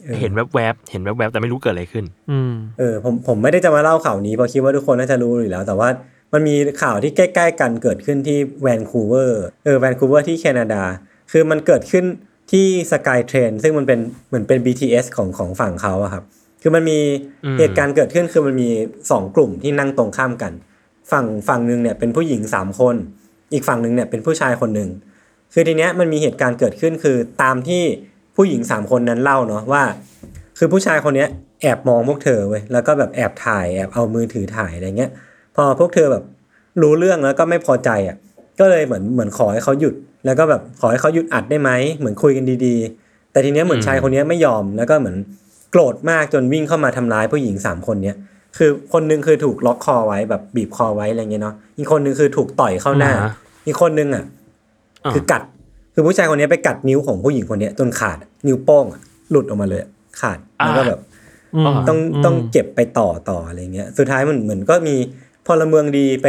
Speaker 5: ออ
Speaker 4: เห็นแวบๆเห็นแวบๆแต่ไม่รู้เกิดอะไรขึ้น
Speaker 3: อืม
Speaker 5: เออผมผมไม่ได้จะมาเล่าข่าวนี้เพราะคิดว่าทุกคนน่าจะรู้อยู่แล้ว แต่ว่ามันมีข่าวที่ใกล้ ๆ กันเกิดขึ้นที่แวนคูเวอร์เออแวนคูเวอร์ที่แคนาดา คือมันเกิดขึ้นที่สกายเทรนซึ่งมันเป็นเหมือนเป็น BTS ของของฝั่งเขาอะครับ คือมันมี
Speaker 4: อืม
Speaker 5: เหตุการณ์เกิดขึ้นคือมันมีสองกลุ่มที่นั่งตรงข้ามกัน ฝั่งฝั่งหนึ่งเนี่ยเป็นผู้หญิงสามคน อีกฝั่งหนึ่งเนี่ยเป็นผู้ชายคนหนึ่ง คือทีเนี้ยมันมีเหตุการณ์เกิดขึ้นคือตามที่ผู้หญิงสามคนนั้นเล่าเนาะว่า คือผู้ชายคนเนี้ยแอบมองพวกเธอเว้ยแล้วก็แบบแอบถ่ายแอบเอามือถือถ่ายอะไรเงี้ยพอพวกเธอแบบรู้เรื่องแล้วก็ไม่พอใจอ่ะก็เลยเหมือนเหมือนขอให้เขาหยุด แล้วก็แบบขอให้เขาหยุดอัดได้ไหมเหมือนคุยกันดีๆ แต่ทีเนี้ยเหมือน
Speaker 4: อืม
Speaker 5: ชายคนเนี้ยไม่ยอมแล้วก็เหมือนโกรธมากจนวิ่งเข้ามาทำร้ายผู้หญิงสามคนเนี้ยคือคนหนึงคือถูกล็อกคอไว้แบบบีบคอไว้อะไรเงี้ยเนาะอีกคนหนึงคือถูกต่อยเข้าหน้า
Speaker 4: อ่าฮะ
Speaker 5: อีกคนนึงอ่ะ
Speaker 4: อ่า
Speaker 5: คือกัด คือผู้ชายคนนี้ไปกัดนิ้วของผู้หญิงคนนี้จนขาดนิ้วโป้งอะหลุดออกมาเลยอะขาด
Speaker 4: อ่า
Speaker 5: แล้วก็แบบ
Speaker 4: อ๋อ
Speaker 5: ต้อง
Speaker 3: อืม
Speaker 5: ต้องเก็บไปต่อต่ออะไรเงี้ยสุดท้ายมันเหมือนก็มีพลเมืองดีไป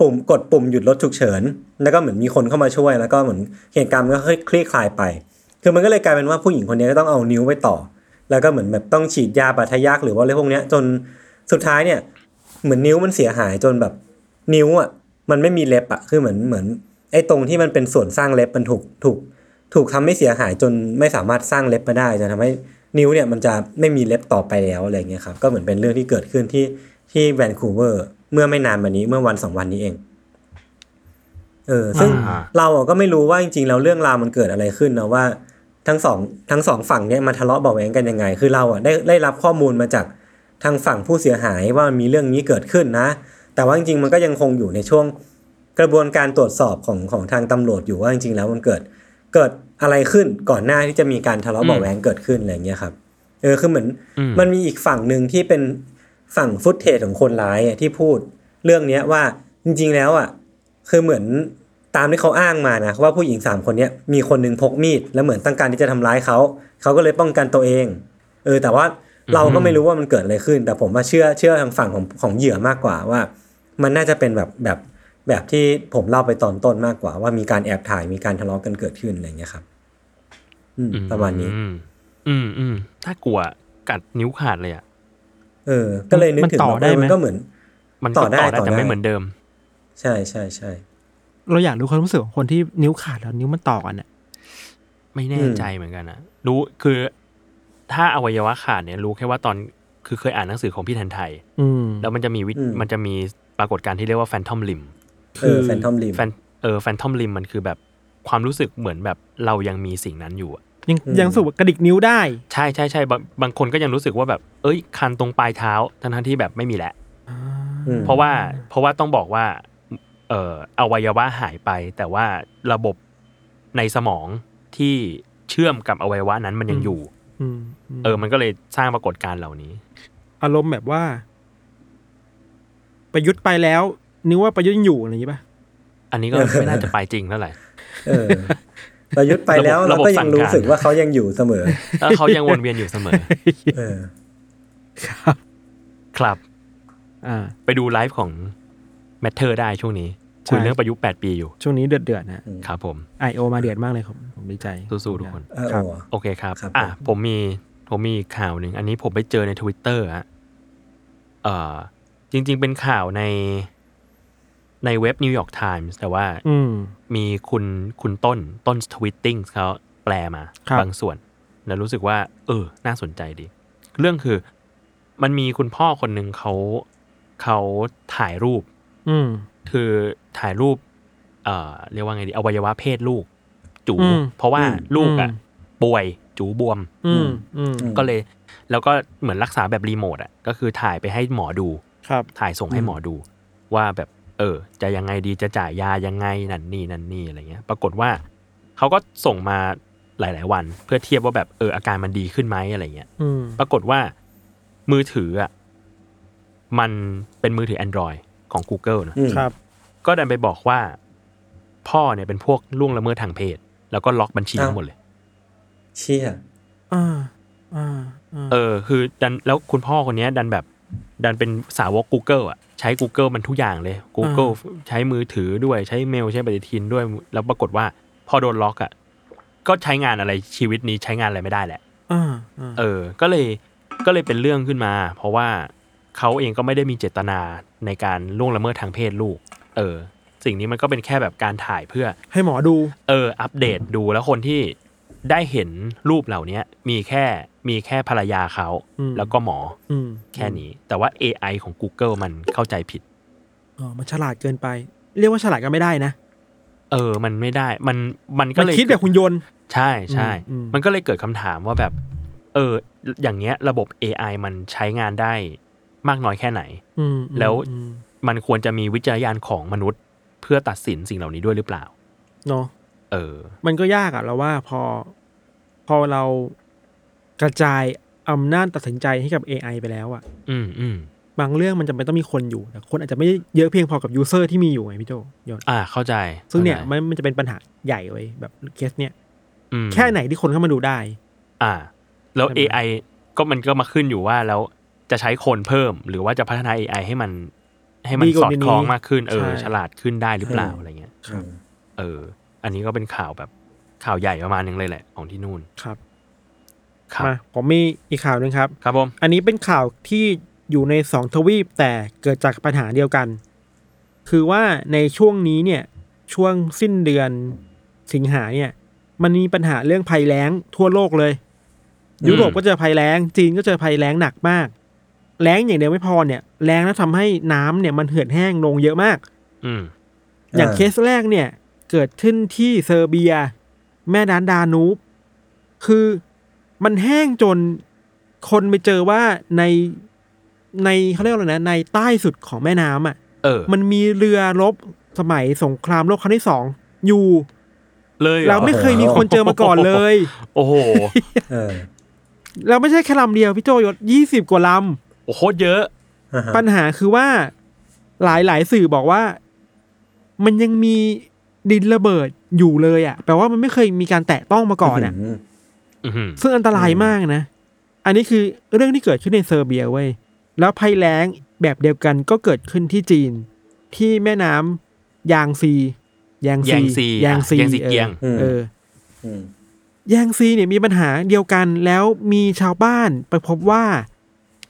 Speaker 5: ปุ่มกดปุ่มหยุดรถฉุกเฉิน แล้วก็เหมือนมีคนเข้ามาช่วย แล้วก็เหมือนเหตุการณ์มันก็ค่อยคลี่คลายไป คือมันก็เลยกลายเป็นว่าผู้หญิงคนนี้ก็ต้องเอานิ้วไปต่อ แล้วก็เหมือนแบบต้องฉีดยาปะทะยักหรือว่าอะไรพวกเนี้ยจนสุดท้ายเนี่ย เหมือนนิ้วมันเสียหายจนแบบนิ้วอ่ะมันไม่มีเล็บอ่ะคือเหมือนเหมือนไอ้ตรงที่มันเป็นส่วนสร้างเล็บมันถูกถูกถูกทำให้เสียหายจนไม่สามารถสร้างเล็บมาได้จะทำให้นิ้วเนี่ยมันจะไม่มีเล็บต่อไปแล้วอะไรเงี้ยครับก็เหมือนเป็นเรื่องที่เกิดขึ้นที่ที่แวนคูเวอร์เมื่อไม่นานมานี้เมื่อวันสองวันนี้เองเออซึ่ง
Speaker 4: อ่า
Speaker 5: เราอะก็ไม่รู้ว่าจริงๆแล้วเรื่องราวมันเกิดอะไรขึ้นนะว่าทั้งสองทั้งสองฝั่งเนี่ยมาทะเลาะเบาะแว้งกันยังไง คือเราอะได้ได้รับข้อมูลมาจากทางฝั่งผู้เสียหายว่ามันมีเรื่องนี้เกิดขึ้นนะ แต่ว่าจริงๆมันก็ยังคงอยู่ในช่วงกระบวนการตรวจสอบของของทางตำรวจอยู่ว่าจริงๆแล้วมันเกิดเกิดอะไรขึ้นก่อนหน้าที่จะมีการทะเลาะเบาะแว้งเกิดขึ้นอะไรอย่างเงี้ยครับเออคือเหมือน
Speaker 4: อืม
Speaker 5: มันมีอีกฝั่งหนึ่งที่เป็นฝั่งฟุตเทจของคนร้ายอะที่พูดเรื่องเนี้ยว่าจริงๆแล้วอ่ะคือเหมือนตามที่เขาอ้างมานะว่าผู้หญิงสามคนเนี้ยมีคนหนึงพกมีดแล้วเหมือนต้องการที่จะทำร้ายเขาเขาก็เลยป้องกันตัวเองเออแต่ว่าเราก็ไม่รู้ว่ามันเกิดอะไรขึ้น แต่ผมมาเชื่อเชื่อทางฝั่งของของเหยื่อมากกว่าว่า มันน่าจะเป็นแบบแบบแบบที่ผมเล่าไปตอนต้นมากกว่า ว่ามีการแอบถ่ายมีการทะเลาะกันเกิดขึ้นอะไรอย่างเงี้ยครับ อืม
Speaker 4: อื
Speaker 5: ประมาณนี้
Speaker 4: อืมอืมอืมน่ากลัวกัดนิ้วขาดเลยอ่ะ
Speaker 5: เออ ก็เลยนึกถึง
Speaker 3: มันต่อ
Speaker 5: ว่า
Speaker 3: ได้ไหม
Speaker 5: มันก็เหมือน
Speaker 4: มัน
Speaker 5: ต่
Speaker 4: ก็
Speaker 5: อได้
Speaker 4: ต่อได้
Speaker 5: ต่อ
Speaker 4: แต่
Speaker 5: ได้
Speaker 4: ไม่เหมือนเดิม
Speaker 5: ใช่ใช่ใช่
Speaker 3: เราอยากรู้ความรู้สึกของคนที่นิ้วขาดแล้วนิ้วมันต่อกันอ่ะ
Speaker 4: ไม่แน่ใจเหมือนกันนะรู้คือ ถ้าอวัยวะขาดเนี่ยรู้แค่ว่าตอนคือเคยอ่านหนังสือของพี่แทนไทย
Speaker 3: อืม
Speaker 4: แล้วมันจะมีวิ
Speaker 5: อืม
Speaker 4: มันจะมีปรากฏการณ์ที่เรียกว่าแฟนทอมลิม
Speaker 5: เออแฟนทอมลิม
Speaker 4: แฟนเออแฟนทอมลิมมันคือแบบความรู้สึกเหมือนแบบเรายังมีสิ่งนั้นอยู่อะ
Speaker 3: ยัง
Speaker 5: อืม
Speaker 3: ยังสูบกระดิกนิ้วได้
Speaker 4: ใช่ใช่ใช่บางบางคนก็ยังรู้สึกว่าแบบ เอ้ย คันตรงปลายเท้าทั้งทั้งที่แบบไม่มีแหละ
Speaker 5: อืม
Speaker 4: เพราะว่าเพราะว่าต้องบอกว่า เอ่ออวัยวะหายไป แต่ว่าระบบในสมองที่เชื่อมกับอวัยวะนั้นมันยัง
Speaker 3: อืม
Speaker 4: อยู่
Speaker 3: อืม
Speaker 4: เออ มันก็เลยสร้างปรากฏการณ์เหล่านี้
Speaker 3: อารมณ์แบบว่า ประยุทธ์ไปแล้ว นึกว่าประยุทธ์ยังอยู่อะไรอย่างนี้ป่ะ
Speaker 4: อันนี้ก็ไม่น่าจะไปจริงเท่าไหร่
Speaker 5: เออประยุทธ์ไปแล้ว
Speaker 4: ระ
Speaker 5: เรา
Speaker 4: บบ
Speaker 5: ก็
Speaker 4: สั่
Speaker 5: ยัง ง
Speaker 4: การ
Speaker 5: รู้สึกว่าเขายังอยู่เสมอ
Speaker 4: แล้วเขายังวนเวียนอยู่เสมอ
Speaker 5: เออ
Speaker 3: ครับ
Speaker 4: ครับ
Speaker 3: อ่า
Speaker 4: ไปดูไลฟ์ของแมทเธอร์ได้ช่วงนี้
Speaker 3: ใช่
Speaker 4: คุยเรื่องประยุกต์8ปีอยู่
Speaker 3: ช่วงนี้เดือดเดือดๆนะ
Speaker 5: อืม
Speaker 4: ครับผม
Speaker 3: ไอโอมาเดือดมากเลยครับผมดีใจ
Speaker 4: สู้ๆทุกคน
Speaker 5: เออ
Speaker 3: ครับ
Speaker 5: โอ้
Speaker 4: โอเคครับ
Speaker 5: ครับ
Speaker 4: อ่ะผมมีผมมีข่าวหนึ่ง อันนี้ผมไปเจอในทวิตเตอร์อะเอ่อ จริง ๆ เป็นข่าวในในเว็บ New York Times แต่ว่า
Speaker 3: อืม
Speaker 4: มีคุณคุณต้นต้นทวิตติ้งเขาแปลมา
Speaker 3: ครับ
Speaker 4: งส่วน แล้วรู้สึกว่า เออ น่าสนใจดี เรื่องคือมันมีคุณพ่อคนหนึ่งเขาเขาถ่ายรูป
Speaker 3: อืม
Speaker 4: คือถ่ายรูป เอ่อ เรียกว่าไงดีอวัยวะเพศลูก จู
Speaker 3: อืม
Speaker 4: เพราะว่า
Speaker 5: อืม
Speaker 4: ลูกอ่ะ
Speaker 3: อืม
Speaker 4: ป่วยจูบวม
Speaker 3: อืมอืม
Speaker 4: ก็เลยแล้วก็เหมือนรักษาแบบรีโมทอ่ะก็คือถ่ายไปให้หมอดู
Speaker 3: ครับ
Speaker 4: ถ่ายส่งให้หมอดู ว่าแบบ เออ จะยังไงดีจะจ่ายยายังไงนั่นนี่นั่นนี่อะไรเงี้ย ปรากฏว่าเขาก็ส่งมาหลาย ๆ วัน เพื่อเทียบว่าแบบเอออาการมันดีขึ้นไหมอะไรเงี้ย
Speaker 3: อืม
Speaker 4: ปรากฏว่ามือถืออ่ะมันเป็นมือถือ Android ของ Google นะ
Speaker 5: อืม
Speaker 3: ครับ
Speaker 4: ก็ดันไปบอกว่า พ่อเนี่ยเป็นพวกล่วงละเมิดทางเพศ แล้วก็ล็อกบัญชีทั้งหมดเลย
Speaker 5: เชี่ย
Speaker 3: อ่า อ่า อ่า
Speaker 4: เออคือดันแล้วคุณพ่อคนเนี้ยดันแบบดันเป็นสาวก Google อ่ะใช้ Google มันทุกอย่างเลย Google ใช้มือถือด้วยใช้เมลใช้ปฏิทินด้วย แล้วปรากฏว่าพอโดนล็อกอ่ะก็ใช้งานอะไรชีวิตนี้ใช้งานอะไรไม่ได้แหละ
Speaker 3: อ่า อ่า
Speaker 4: เออ ก็เลยก็เลยเป็นเรื่องขึ้นมา เพราะว่าเขาเองก็ไม่ได้มีเจตนาในการล่วงละเมิดทางเพศลูก เออ สิ่งนี้มันก็เป็นแค่แบบการถ่ายเพื่อ
Speaker 3: ให้หมอดู
Speaker 4: เอออัปเดตดูแล้วคนที่ได้เห็นรูปเหล่าเนี้ยมีแค่มีแค่ภรรยาเขา
Speaker 3: อืม
Speaker 4: แล้วก็หมอ
Speaker 3: อืม
Speaker 4: แค่นี้ แต่ว่า AI ของ Google มันเข้าใจผิด
Speaker 3: อ๋อมันฉลาดเกินไป เรียกว่าฉลาดก็ไม่ได้นะ
Speaker 4: เออ มันไม่ได้มันมันก็
Speaker 3: มัน
Speaker 4: เลย
Speaker 3: คิดแบบหุ่นยนต์
Speaker 4: ใช่ใช่
Speaker 3: อืมอืม
Speaker 4: มันก็เลยเกิดคำถามว่าแบบ เออ อย่างเงี้ยระบบ AI มันใช้งานได้มากน้อยแค่ไหน
Speaker 3: อืม
Speaker 4: แล้ว
Speaker 3: อืม
Speaker 4: มันควรจะมีวิจารณญาณของมนุษย์ เพื่อตัดสินสิ่งเหล่านี้ด้วยหรือเปล่า
Speaker 3: เนาะ
Speaker 4: เออ
Speaker 3: มันก็ยากอะเราว่าพอ พอเรากระจายอำนาจตัดสินใจให้กับ AI ไปแล้วอะ
Speaker 4: อืมอืม
Speaker 3: บางเรื่องมันจำเป็นต้องมีคนอยู่แต่คนอาจจะไม่เยอะเพียงพอกับยูเซอร์ที่มีอยู่ไงพี่โจยศ
Speaker 4: อ่าเข้าใจ
Speaker 3: ซึ่งเนี่ย
Speaker 4: ข้าใจ
Speaker 3: มันมันจะเป็นปัญหาใหญ่เว้ยแบบเคสเนี่ย
Speaker 4: อืม
Speaker 3: แค่ไหนที่คนเข้ามาดูได้
Speaker 4: อ่า แล้ว
Speaker 3: ใช่ไหม
Speaker 4: AI ก็มันก็มาขึ้นอยู่ว่าแล้วจะใช้คนเพิ่ม หรือว่าจะพัฒนา AI ให้มัน ให้มัน
Speaker 3: ดีก
Speaker 4: สอ
Speaker 3: ว่า
Speaker 4: ด
Speaker 3: นี้
Speaker 4: คล้องมากขึ้น เออ
Speaker 3: ใช่
Speaker 4: ฉลาดขึ้นได้หรือเปล่าอะไรเงี้ย
Speaker 5: อืม
Speaker 4: เออ อันนี้ก็เป็นข่าวแบบข่าวใหญ่ประมาณหนึงเลยแหละของที่นู่น
Speaker 3: ครับ
Speaker 4: ครับ
Speaker 3: มาผมมีอีกข่าวหนึ่งครับ
Speaker 4: ครับผม
Speaker 3: อันนี้เป็นข่าวที่อยู่ในสองทวีปแต่เกิดจากปัญหาเดียวกัน คือว่าในช่วงนี้เนี่ยช่วงสิ้นเดือนสิงหาเนี่ยมันมีปัญหาเรื่องภัยแล้งทั่วโลกเลย ยุโรปก็เจอภัยแล้ง จีนก็เจอภัยแล้งหนักมาก แล้งอย่างเดียวไม่พอเนี่ยแล้งแล้วทำให้น้ำเนี่ยมันเหือดแห้งลงเยอะมาก
Speaker 4: อืม
Speaker 3: อย่างเคสแรกเนี่ยเกิดขึ้นที่เซอร์เบีย แม่น้ำดานูบคือมันแห้งจนคนไปเจอว่าในในเขาเรียกว่าอะไรนะในใต้สุดของแม่น้ำอ่ะ
Speaker 4: เออ
Speaker 3: มันมีเรือรบสมัยสงครามโลกครั้งที่สองอยู่
Speaker 4: เลยเหรอ
Speaker 3: แล้วไม่เคยมีคนเจอมาก่อนเลย
Speaker 4: โอ้โห
Speaker 5: เออ
Speaker 3: แล้วไม่ใช่แค่ลำเดียวพี่โจยศยี่สิบกว่าล
Speaker 4: โอ้โหโคตรเยอะ
Speaker 5: อ่าฮะ
Speaker 3: ำ ปัญหาคือว่าหลายหลายๆสื่อบอกว่า มันยังมีดินระเบิดอยู่เลยอ่ะแปลว่ามันไม่เคยมีการแตะต้องมาก่อนอ่ะ
Speaker 5: ม
Speaker 4: อืม
Speaker 3: ซึ่งอันตรายมากนะ อันนี้คือเรื่องที่เกิดขึ้นในเซอร์เบียเว้ย แล้วภัยแล้งแบบเดียวกันก็เกิดขึ้นที่จีน ที่แม่น้ำยางซี ยาง
Speaker 4: แย
Speaker 3: ซี
Speaker 4: งซี
Speaker 3: ยางซี
Speaker 4: อ่ะแยงซี
Speaker 3: เออ
Speaker 4: เกียง
Speaker 5: อืม
Speaker 3: เออ
Speaker 5: อืม
Speaker 3: ยางซีเนี่ยมีปัญหาเดียวกันแล้วมีชาวบ้านไปพบว่า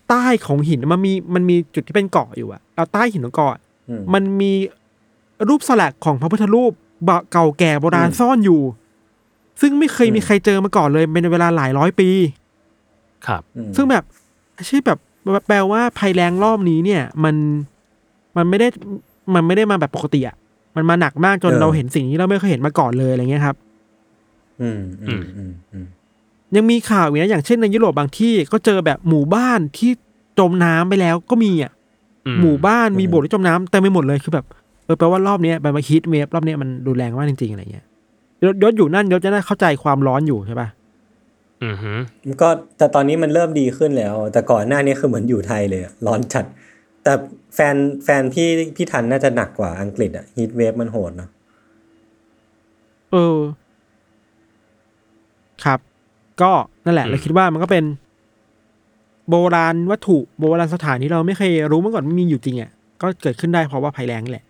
Speaker 3: ใต้ของหินมันมีมันมีจุดที่เป็นเกาะอยู่อะแล้วใต้หินของเกาะ
Speaker 5: อืม
Speaker 3: มันมีรูปสลักของพระพุทธรูปเก่าแก่โบราณ
Speaker 5: อืม
Speaker 3: ซ่อนอยู่ ซึ่งไม่เคยมี
Speaker 5: อืม
Speaker 3: ใครเจอมาก่อนเลยเป็นเวลาหลายร้อยปี
Speaker 4: ครับ
Speaker 5: อืม
Speaker 3: ซึ่งแบบชื่อแบบแปลว่าภัยแรงรอบนี้เนี่ย มันมันไม่ได้มันไม่ได้มาแบบปกติอะมันมาหนักมากจนเราเห็นสิ่งที่เราไม่เคยเห็นมาก่อนเลยอะไรเงี้ยครับ
Speaker 5: อืมอืมอืมอืม
Speaker 3: ยังมีข่าวอีกนะอย่างเช่นในยุโรปบางที่ก็เจอแบบหมู่บ้านที่จมน้ำไปแล้วก็มีอ่ะ
Speaker 4: อื
Speaker 3: หมู่บ้านมีโบสถ์ที่จมน้ำเต็มไปหมดเลยคือแบบเออแปลว่ารอบเนี้ยแปลว่าฮีทเวฟรอบเนี้ยมันรุนแรงมากจริงๆอะไรเงี้ยยศยศอยู่นั่นยศจะได้เข้าใจความร้อนอยู่ใช่ปะ
Speaker 4: อืมฮึ
Speaker 5: ก็แต่ตอนนี้มันเริ่มดีขึ้นแล้ว แต่ก่อนหน้านี้คือเหมือนอยู่ไทยเลยอะร้อนจัด แต่แฟนแฟนพี่พี่ทันน่าจะหนักกว่าอังกฤษอะฮีทเวฟมันโหดเนาะ
Speaker 3: เออ ครับ ก็นั่นแหละ
Speaker 4: อืม
Speaker 3: เราคิดว่ามันก็เป็น โบราณวัตถุโบราณสถานที่เราไม่เคยรู้มาก่อนว่ามีอยู่จริงอ่ะก็เกิดขึ้นได้เพราะว่าภัยแล้งนี่แหละ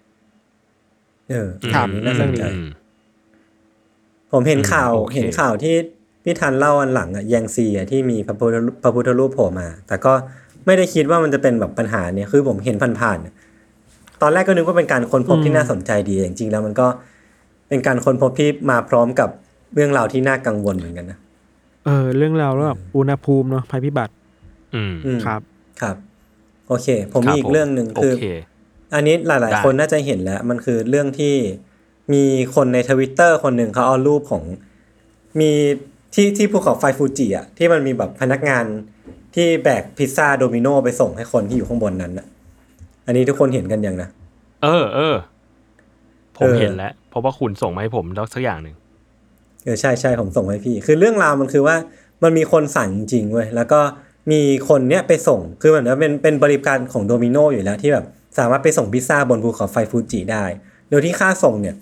Speaker 5: เออ
Speaker 3: ครับ
Speaker 5: อันนี้น่าสนใจ
Speaker 4: อืม
Speaker 5: ผมเห็น
Speaker 4: อืม
Speaker 5: ข่าว
Speaker 4: โอเค
Speaker 5: เห็นข่าวที่พี่ทันเล่าอันหลังอะแยงซีอะที่มีพระพุทธรูปพระพุทธรูปโผล่มา แต่ก็ไม่ได้คิดว่ามันจะเป็นแบบปัญหาเนี่ยคือผมเห็นผ่านๆอะตอนแรกก็นึกว่าเป็นการค้นพบ
Speaker 3: อืม
Speaker 5: ที่น่าสนใจดีแต่จริงๆแล้วมันก็เป็นการค้นพบที่มาพร้อมกับเรื่องราวที่น่ากังวลเหมือนกันนะ
Speaker 3: เออ เรื่องราวแล้วแบบอุณหภูมิเนาะภัยพิบัติ
Speaker 4: อืม
Speaker 5: อืม
Speaker 3: ครับ
Speaker 5: ครับ โอเค ผมมีอี
Speaker 4: ค
Speaker 5: ก
Speaker 4: บ
Speaker 5: เรื่องหนึ่ง
Speaker 4: โอ
Speaker 5: คือ
Speaker 4: เค
Speaker 5: อันนี้หลาย
Speaker 4: ได้
Speaker 5: ๆ คนน่าจะเห็นแล้ว มันคือเรื่องที่มีคนในทวิตเตอร์คนหนึ่งเขาเอารูปของมีที่ที่ภูเขาไฟฟูจิอ่ะที่มันมีแบบพนักงานที่แบกพิซซ่าโดมิโนไปส่งให้คนที่อยู่ข้างบนนั้นอ่ะ อันนี้ทุกคนเห็นกันยังนะ
Speaker 4: เออเออ ผม
Speaker 5: เออ
Speaker 4: เห็นแล้วเพราะว่าคุณส่งมาให้ผมแล้วสักอย่างหนึ่ง
Speaker 5: เออใช่ใช่ผมส่งให้พี่ คือเรื่องราวมันคือว่ามันมีคนสั่งจริงเว้ยแล้วก็มีคนเนี้ยไปส่งคือเหมือนว่าเป็นเป็นบริการของโดมิโนอยู่แล้วที่แบบสามารถไปส่งพิซซ่าบนภูเขาไฟฟูจิได้ โดยที่ค่าส่งเนี่ย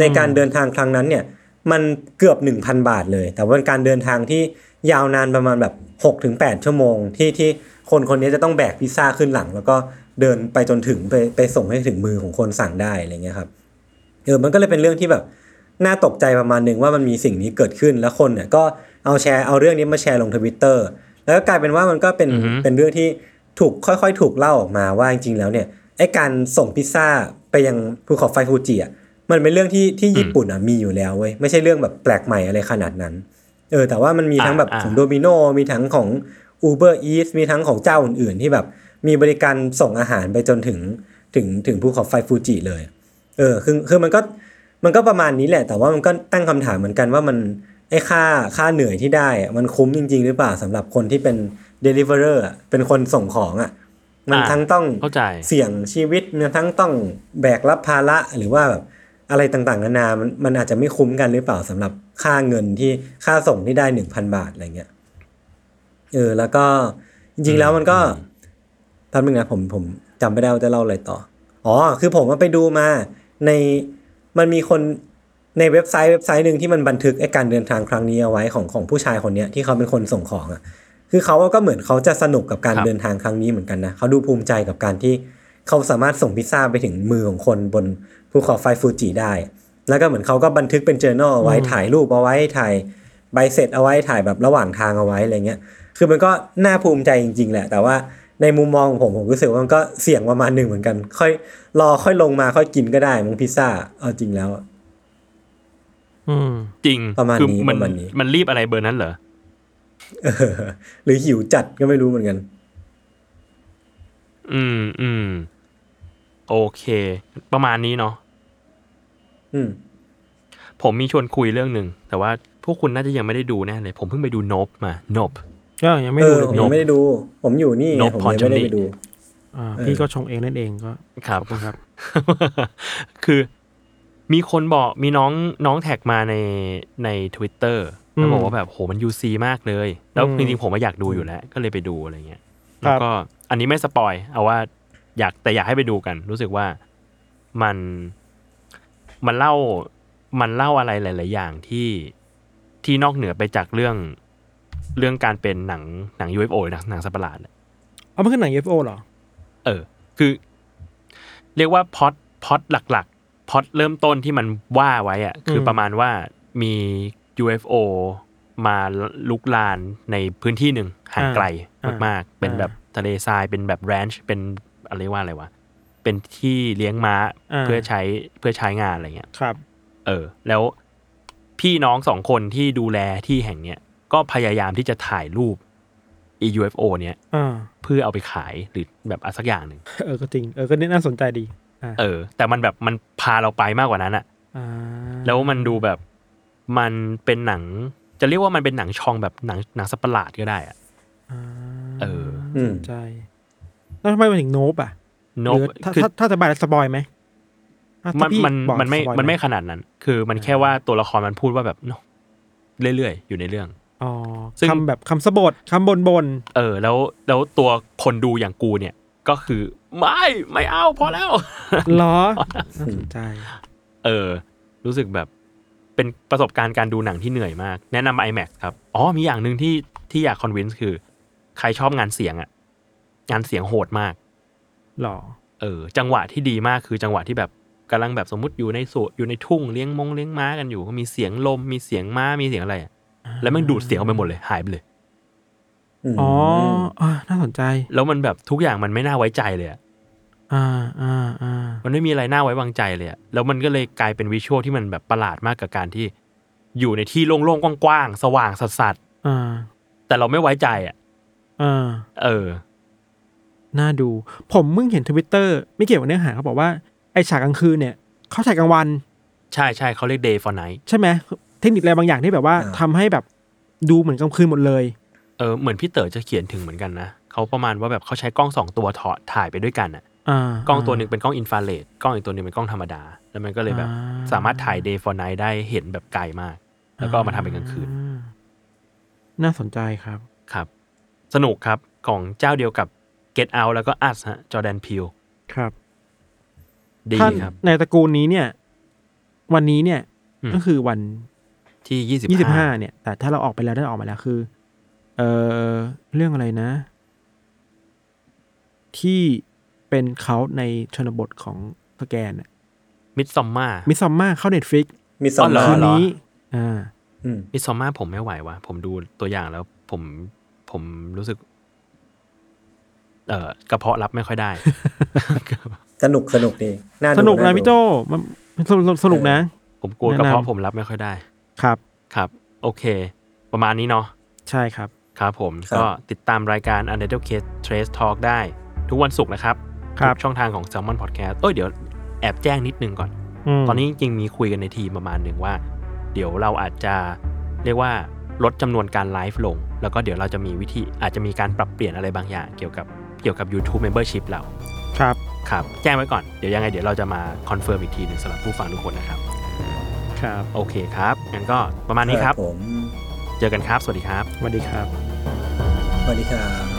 Speaker 5: ในการเดินทางครั้งนั้นเนี่ยมันเกือบ 1,000 บาทเลย แต่ว่าเป็นการเดินทางที่ยาวนานประมาณแบบ6-8ถึงชั่วโมงที่ที่คนคนนี้จะต้องแบกพิซซ่าขึ้นหลัง แล้วก็เดินไปจนถึงไปไปส่งให้ถึงมือของคนสั่งได้อะไรเงี้ยครับ เออ มันก็เลยเป็นเรื่องที่แบบน่าตกใจประมาณหนึ่งว่ามันมีสิ่งนี้เกิดขึ้นแล้วคนเนี่ยก็เอาแชร์เอาเรื่องนี้มาแชร์ลงทวิตเตอร์แล้วก็กลายเป็นว่ามันก็เป็น
Speaker 4: อือฮึ
Speaker 5: เป็นเรื่องที่ถูกค่อยๆ ถูกเล่าออกมาว่าจริงๆแล้วเนี่ยไอการส่งพิซซ่าไปยังภูเขาไฟฟูจิอ่ะมันเป็นเรื่องที่ที่ญี่ปุ่นอ่ะมีอยู่แล้วเว้ยไม่ใช่เรื่องแบบแปลกใหม่อะไรขนาดนั้น เออแต่ว่ามันมีทั้งแบบ
Speaker 4: อ่า
Speaker 5: ของโดมิโนมีทั้งของ Uber Eats มีทั้งของเจ้าอื่นๆ ที่แบบมีบริการส่งอาหารไปจนถึงถึงถึงภูเขาไฟฟูจิเลย เออคือคือมันก็มันก็ประมาณนี้แหละ แต่ว่ามันก็ตั้งคำถามเหมือนกันว่ามันไอ้ค่าค่าเหนื่อยที่ได้อะมันคุ้มจริง ๆ หรือเปล่าสำหรับคนที่เป็น deliverer อะเป็นคนส่งของอ่ะมัน
Speaker 4: อ่า
Speaker 5: ทั้งต้อง
Speaker 4: เข้าใจ
Speaker 5: เสี่ยงชีวิตมันทั้งต้องแบกรับภาระหรือว่าแบบอะไรต่างๆนานามันมันอาจจะไม่คุ้มกันหรือเปล่าสำหรับค่าเงินที่ค่าส่งที่ได้หนึ่งพันบาทอะไรเงี้ยเออ แล้วก็จริงๆแล้วมันก็แป๊บนึงนะผมผมจำไม่ได้ว่าจะเล่าอะไรต่อ อ๋อ คือผมว่าไปดูมาในมันมีคนในเว็บไซต์เว็บไซต์หนึ่งที่มันบันทึกไอ้การเดินทางครั้งนี้เอาไว้ของของผู้ชายคนเนี้ยที่เขาเป็นคนส่งของอ่ะ คือเขาก็เหมือนเขาจะสนุกกับการ
Speaker 4: ครับ
Speaker 5: เดินทางครั้งนี้เหมือนกันนะเขาดูภูมิใจกับการที่เขาสามารถส่งพิซซ่าไปถึงมือของคนบนภูเขาไฟฟูจิได้ แล้วก็เหมือนเขาก็บันทึกเป็น journal เอาไว้
Speaker 3: อืม
Speaker 5: ถ่ายรูปเอาไว้ถ่ายใบเสร็จเอาไว้ถ่ายแบบระหว่างทางเอาไว้อะไรเงี้ย คือมันก็น่าภูมิใจจริง ๆ แหละ แต่ว่าในมุมมองของผมผมรู้สึกว่ามันก็เสี่ยงประมาณหนึ่งเหมือนกัน ค่อยรอค่อยลงมาค่อยกินก็ได้มึงพิซซ่าเอาจริงแล้วอะ *laughs*
Speaker 3: อืม
Speaker 4: จริง
Speaker 5: ประมาณ
Speaker 4: คื
Speaker 5: นี้
Speaker 4: มั
Speaker 5: ประมาณนี้
Speaker 4: มันรีบอะไรเบอร์นั้นเหรอ
Speaker 5: เออหรือหิวจัดก็ไม่รู้เหมือนกัน
Speaker 4: อืมอืมโอเค ประมาณนี้เนาะ
Speaker 5: อืม
Speaker 4: ผมมีชวนคุยเรื่องหนึ่งแต่ว่าพวกคุณน่าจะยังไม่ได้ดูแน่เลย ผมเพิ่งไปดูนบมา นบ
Speaker 3: ก็ยังไม่
Speaker 5: เอ
Speaker 3: ดู
Speaker 5: อ
Speaker 3: เลย
Speaker 5: ผม
Speaker 3: พี่
Speaker 5: ยังไม่ได้ดู ผมอยู่นี่ไง
Speaker 4: นก
Speaker 5: ผม
Speaker 4: พร
Speaker 5: ยังไม่ได้
Speaker 4: จำดี
Speaker 5: ไปดู
Speaker 3: อ่า
Speaker 5: เออ
Speaker 3: พี่ก็ชงเองนั่นเองก็
Speaker 4: ครับ
Speaker 3: ขอณครับ
Speaker 4: *laughs* คือมีคนบอกมีน้องน้องแท็กมาในใน Twitter แล้ว
Speaker 3: อืม
Speaker 4: บอกว่าแบบโหมันยูซีมากเลย แล้ว
Speaker 3: อืม
Speaker 4: จริงๆผมว่าอยากดูอยู่แล้ว ก็เลยไปดูอะไรเงี้ย
Speaker 3: ครับ
Speaker 4: แล้วก็อันนี้ไม่สปอยเอาว่าอยากแต่อยากให้ไปดูกัน รู้สึกว่ามันมันเล่ามันเล่าอะไรหลาย ๆ อย่างที่ที่นอกเหนือไปจากเรื่องเรื่องการเป็นหนังหนัง UFO หนังหนังสัตว์ประหลาด
Speaker 3: เอามันคือหนัง UFO เหรอ
Speaker 4: เออ คือ เรียกว่าพอดพอดหลักๆพอดเริ่มต้นที่มันว่าไว้อะคืออ
Speaker 3: ม
Speaker 4: ประมาณว่ามี UFO มาลุกลานในพื้นที่หนึ่งห่างไกลมากๆ เป็นแบบทะเลทรายเป็นแบบแรนช์เป็นอะไรว่าอะไรวะ เป็นที่เลี้ยงม้า
Speaker 3: อ่า
Speaker 4: เพื่อใช้เพื่อใช้งานอะไรเงี้ย
Speaker 3: ครับ
Speaker 4: เออแล้วพี่น้องสองคนที่ดูแลที่แห่งเนี้ยก็พยายามที่จะถ่ายรูป e UFO เนี้ย
Speaker 3: อ่า
Speaker 4: เพื่อเอาไปขายหรือแบบอะไรสักอย่างหนึ่ง
Speaker 3: *laughs* เออก็จริง เออก็น่าสนใจดี อ่า
Speaker 4: เออ แต่มันแบบมันพาเราไปมากกว่านั้นอะ
Speaker 3: อ่า
Speaker 4: แล้วมันดูแบบมันเป็นหนัง จะเรียกว่ามันเป็นหนังชองแบบหนังหนังสัตว์ประหลาดก็ได้อะ
Speaker 3: า
Speaker 4: เออ
Speaker 5: อืม
Speaker 3: สนใจ แล้วทำไมมันถึงโนบอ่ะ
Speaker 4: น
Speaker 3: ห
Speaker 4: บ
Speaker 3: รือถ้า
Speaker 4: คือ
Speaker 3: ถ้าถ้าจะบายสปอยไหมอ่ะถ้า
Speaker 4: มัน
Speaker 3: พี่
Speaker 4: มัน
Speaker 3: บอก
Speaker 4: มันไม่
Speaker 3: สปอยห
Speaker 4: มันไม่ขนาดนั้น คือมันแค่ว่าตัวละครมันพูดว่าแบบเนอะเรื่อยๆอยู่ในเรื่อง
Speaker 3: อ๋อ
Speaker 4: ซึ่ง
Speaker 3: คำแบบคำสะบดคำบนบน
Speaker 4: เออแล้วแล้วตัวคนดูอย่างกูเนี่ยก็คือ ไม่ไม่เอาพอแล้ว *laughs*
Speaker 3: หรอน่าสนใจ
Speaker 4: เออ รู้สึกแบบเป็นประสบการณ์การดูหนังที่เหนื่อยมาก แนะนำ iMac ครับ อ๋อ มีอย่างหนึ่งที่ที่อยากคอนวินส์คือ ใครชอบงานเสียงอะงานเสียงโหดมาก
Speaker 3: หรอ
Speaker 4: เออ จังหวะที่ดีมากคือจังหวะที่แบบกำลังแบบสมมติอยู่ในสวนอยู่ในทุ่งเลี้ยงมงเลี้ยงม้ากันอยู่ก็มีเสียงลม มีเสียงม้ามีเสียงอะไรอะแล้วมันดูดเสียงออกไปหมดเลยหายไปเลย
Speaker 5: ม
Speaker 3: อ๋ออ่ะน่าสนใจ
Speaker 4: แล้วมันแบบทุกอย่างมันไม่น่าไว้ใจเลยอะ
Speaker 3: อ่าอ่าอ่า
Speaker 4: มันไม่มีอะไรน่าไว้วางใจเลยอะแล้วมันก็เลยกลายเป็นวิชวลที่มันแบบประหลาดมากกับการที่ อยู่ในที่โล่งๆกว้างๆสว่างสัสๆ
Speaker 3: อ่า
Speaker 4: แต่เราไม่ไว้ใจอ่ะ
Speaker 3: อ่า
Speaker 4: เออ
Speaker 3: น่าดู ผมเพิ่งเห็นทวิตเตอร์ไม่เกี่ยวกับเนื้อหาเขาบอกว่าไอฉากกลางคืนเนี่ยเขาฉายกลางวัน
Speaker 4: ใช่ใช่เขาเรียก day for night
Speaker 3: ใช่ไหมเทคนิคอะไรบางอย่างที่แบบว่าทำให้แบบดูเหมือนกลางคืนหมดเลย
Speaker 4: เออ เหมือนพี่เต๋อจะเขียนถึงเหมือนกันนะ เขาประมาณว่าแบบเขาใช้กล้องสองตัวถอดถ่ายไปด้วยกันอ่ะ
Speaker 3: อ่าก
Speaker 4: ล้องตัวหนึ่งเป็นกล้องอินฟราเรดกล้องอีกตัวหนึ่งเป็นกล้องธรรมดา แล้วมันก็เลยแบบสามารถถ่าย day for night ได้เห็นแบบไกลมาก แล้วก็เอามาทำเป็นกลางคืน
Speaker 3: อ่าน่าสนใจครับ
Speaker 4: ครับ สนุกครับ ของเจ้าเดียวกับ get out แล้วก็ us ฮะจอแดนพิว
Speaker 3: ครับ
Speaker 4: ดี
Speaker 3: ถ้า
Speaker 4: ครับ
Speaker 3: ในตระกูลนี้เนี่ย วันนี้เนี่ย
Speaker 4: อืม
Speaker 3: ก็คือวัน
Speaker 4: ที่ยี่สิบ
Speaker 3: ยี่สิบห้าเนี่ย แต่ถ้าเราออกไปแล้วได้ออกมาแล้วคือ เออเรื่องอะไรนะ ที่เป็นเขาในชนบทของสแกนอะ
Speaker 4: มิดซอมมา
Speaker 3: มิซอมมาเข้าเน็ตฟลิก
Speaker 5: มีสอง
Speaker 4: อ๋อเหรอ
Speaker 3: คืน
Speaker 4: เหรอ
Speaker 3: นี้ อ่า
Speaker 5: อืม
Speaker 4: มิดซอมมาผมไม่ไหวว่ะผมดูตัวอย่างแล้ว ผมผมรู้สึก เอ่อกระเพาะรับไม่ค่อยได้ *laughs*
Speaker 5: สนุกสนุกดีน่าดู
Speaker 3: สนุก
Speaker 5: า
Speaker 3: นะ
Speaker 5: ดู
Speaker 3: พี่โจมันมันสนุกสนุกนะ
Speaker 4: ผมกลัว
Speaker 3: แนะนำ
Speaker 4: กระเพาะผมรับไม่ค่อยได้
Speaker 3: ครับ
Speaker 4: ครับ โอเค ประมาณนี้เนาะ
Speaker 3: ใช่ครับ
Speaker 4: ครับผมก็ติดตามรายการ u n d e r t a l e Case Trace Talk ได้ ทุกวันศุกร์นะครับ
Speaker 3: ครับ
Speaker 4: ทุกช่องทางของ s ซ l m o n Podcast เอ้ยเดี๋ยวแอบแจ้งนิดนึงก่อน
Speaker 3: ม
Speaker 4: ตอนนี้จริงๆมีคุยกันในทีมประมาณหนึ่งว่า เดี๋ยวเราอาจจะเรียกว่าลดจำนวนการไลฟ์ลง แล้วก็เดี๋ยวเราจะมีวิธีอาจจะมีการปรับเปลี่ยนอะไรบางอย่าง เกี่ยวกับเกี่ยวกับ YouTube Membership เรา
Speaker 3: ครับ
Speaker 4: ครับแจ้งไว้ก่อนเดี๋ยวยังไงเดี๋ยวเราจะมาคอนเฟิร์มอีกทีหนึ่งสำหรับผู้ฟังทุกคนนะครับ
Speaker 3: ครับ
Speaker 4: โอเคครับงั้นก็ประมาณนี้ครับ
Speaker 5: ผม
Speaker 4: เจอกันครับ สวัสดีครับ
Speaker 3: สวัสดีครับ
Speaker 5: สวัสดีครับ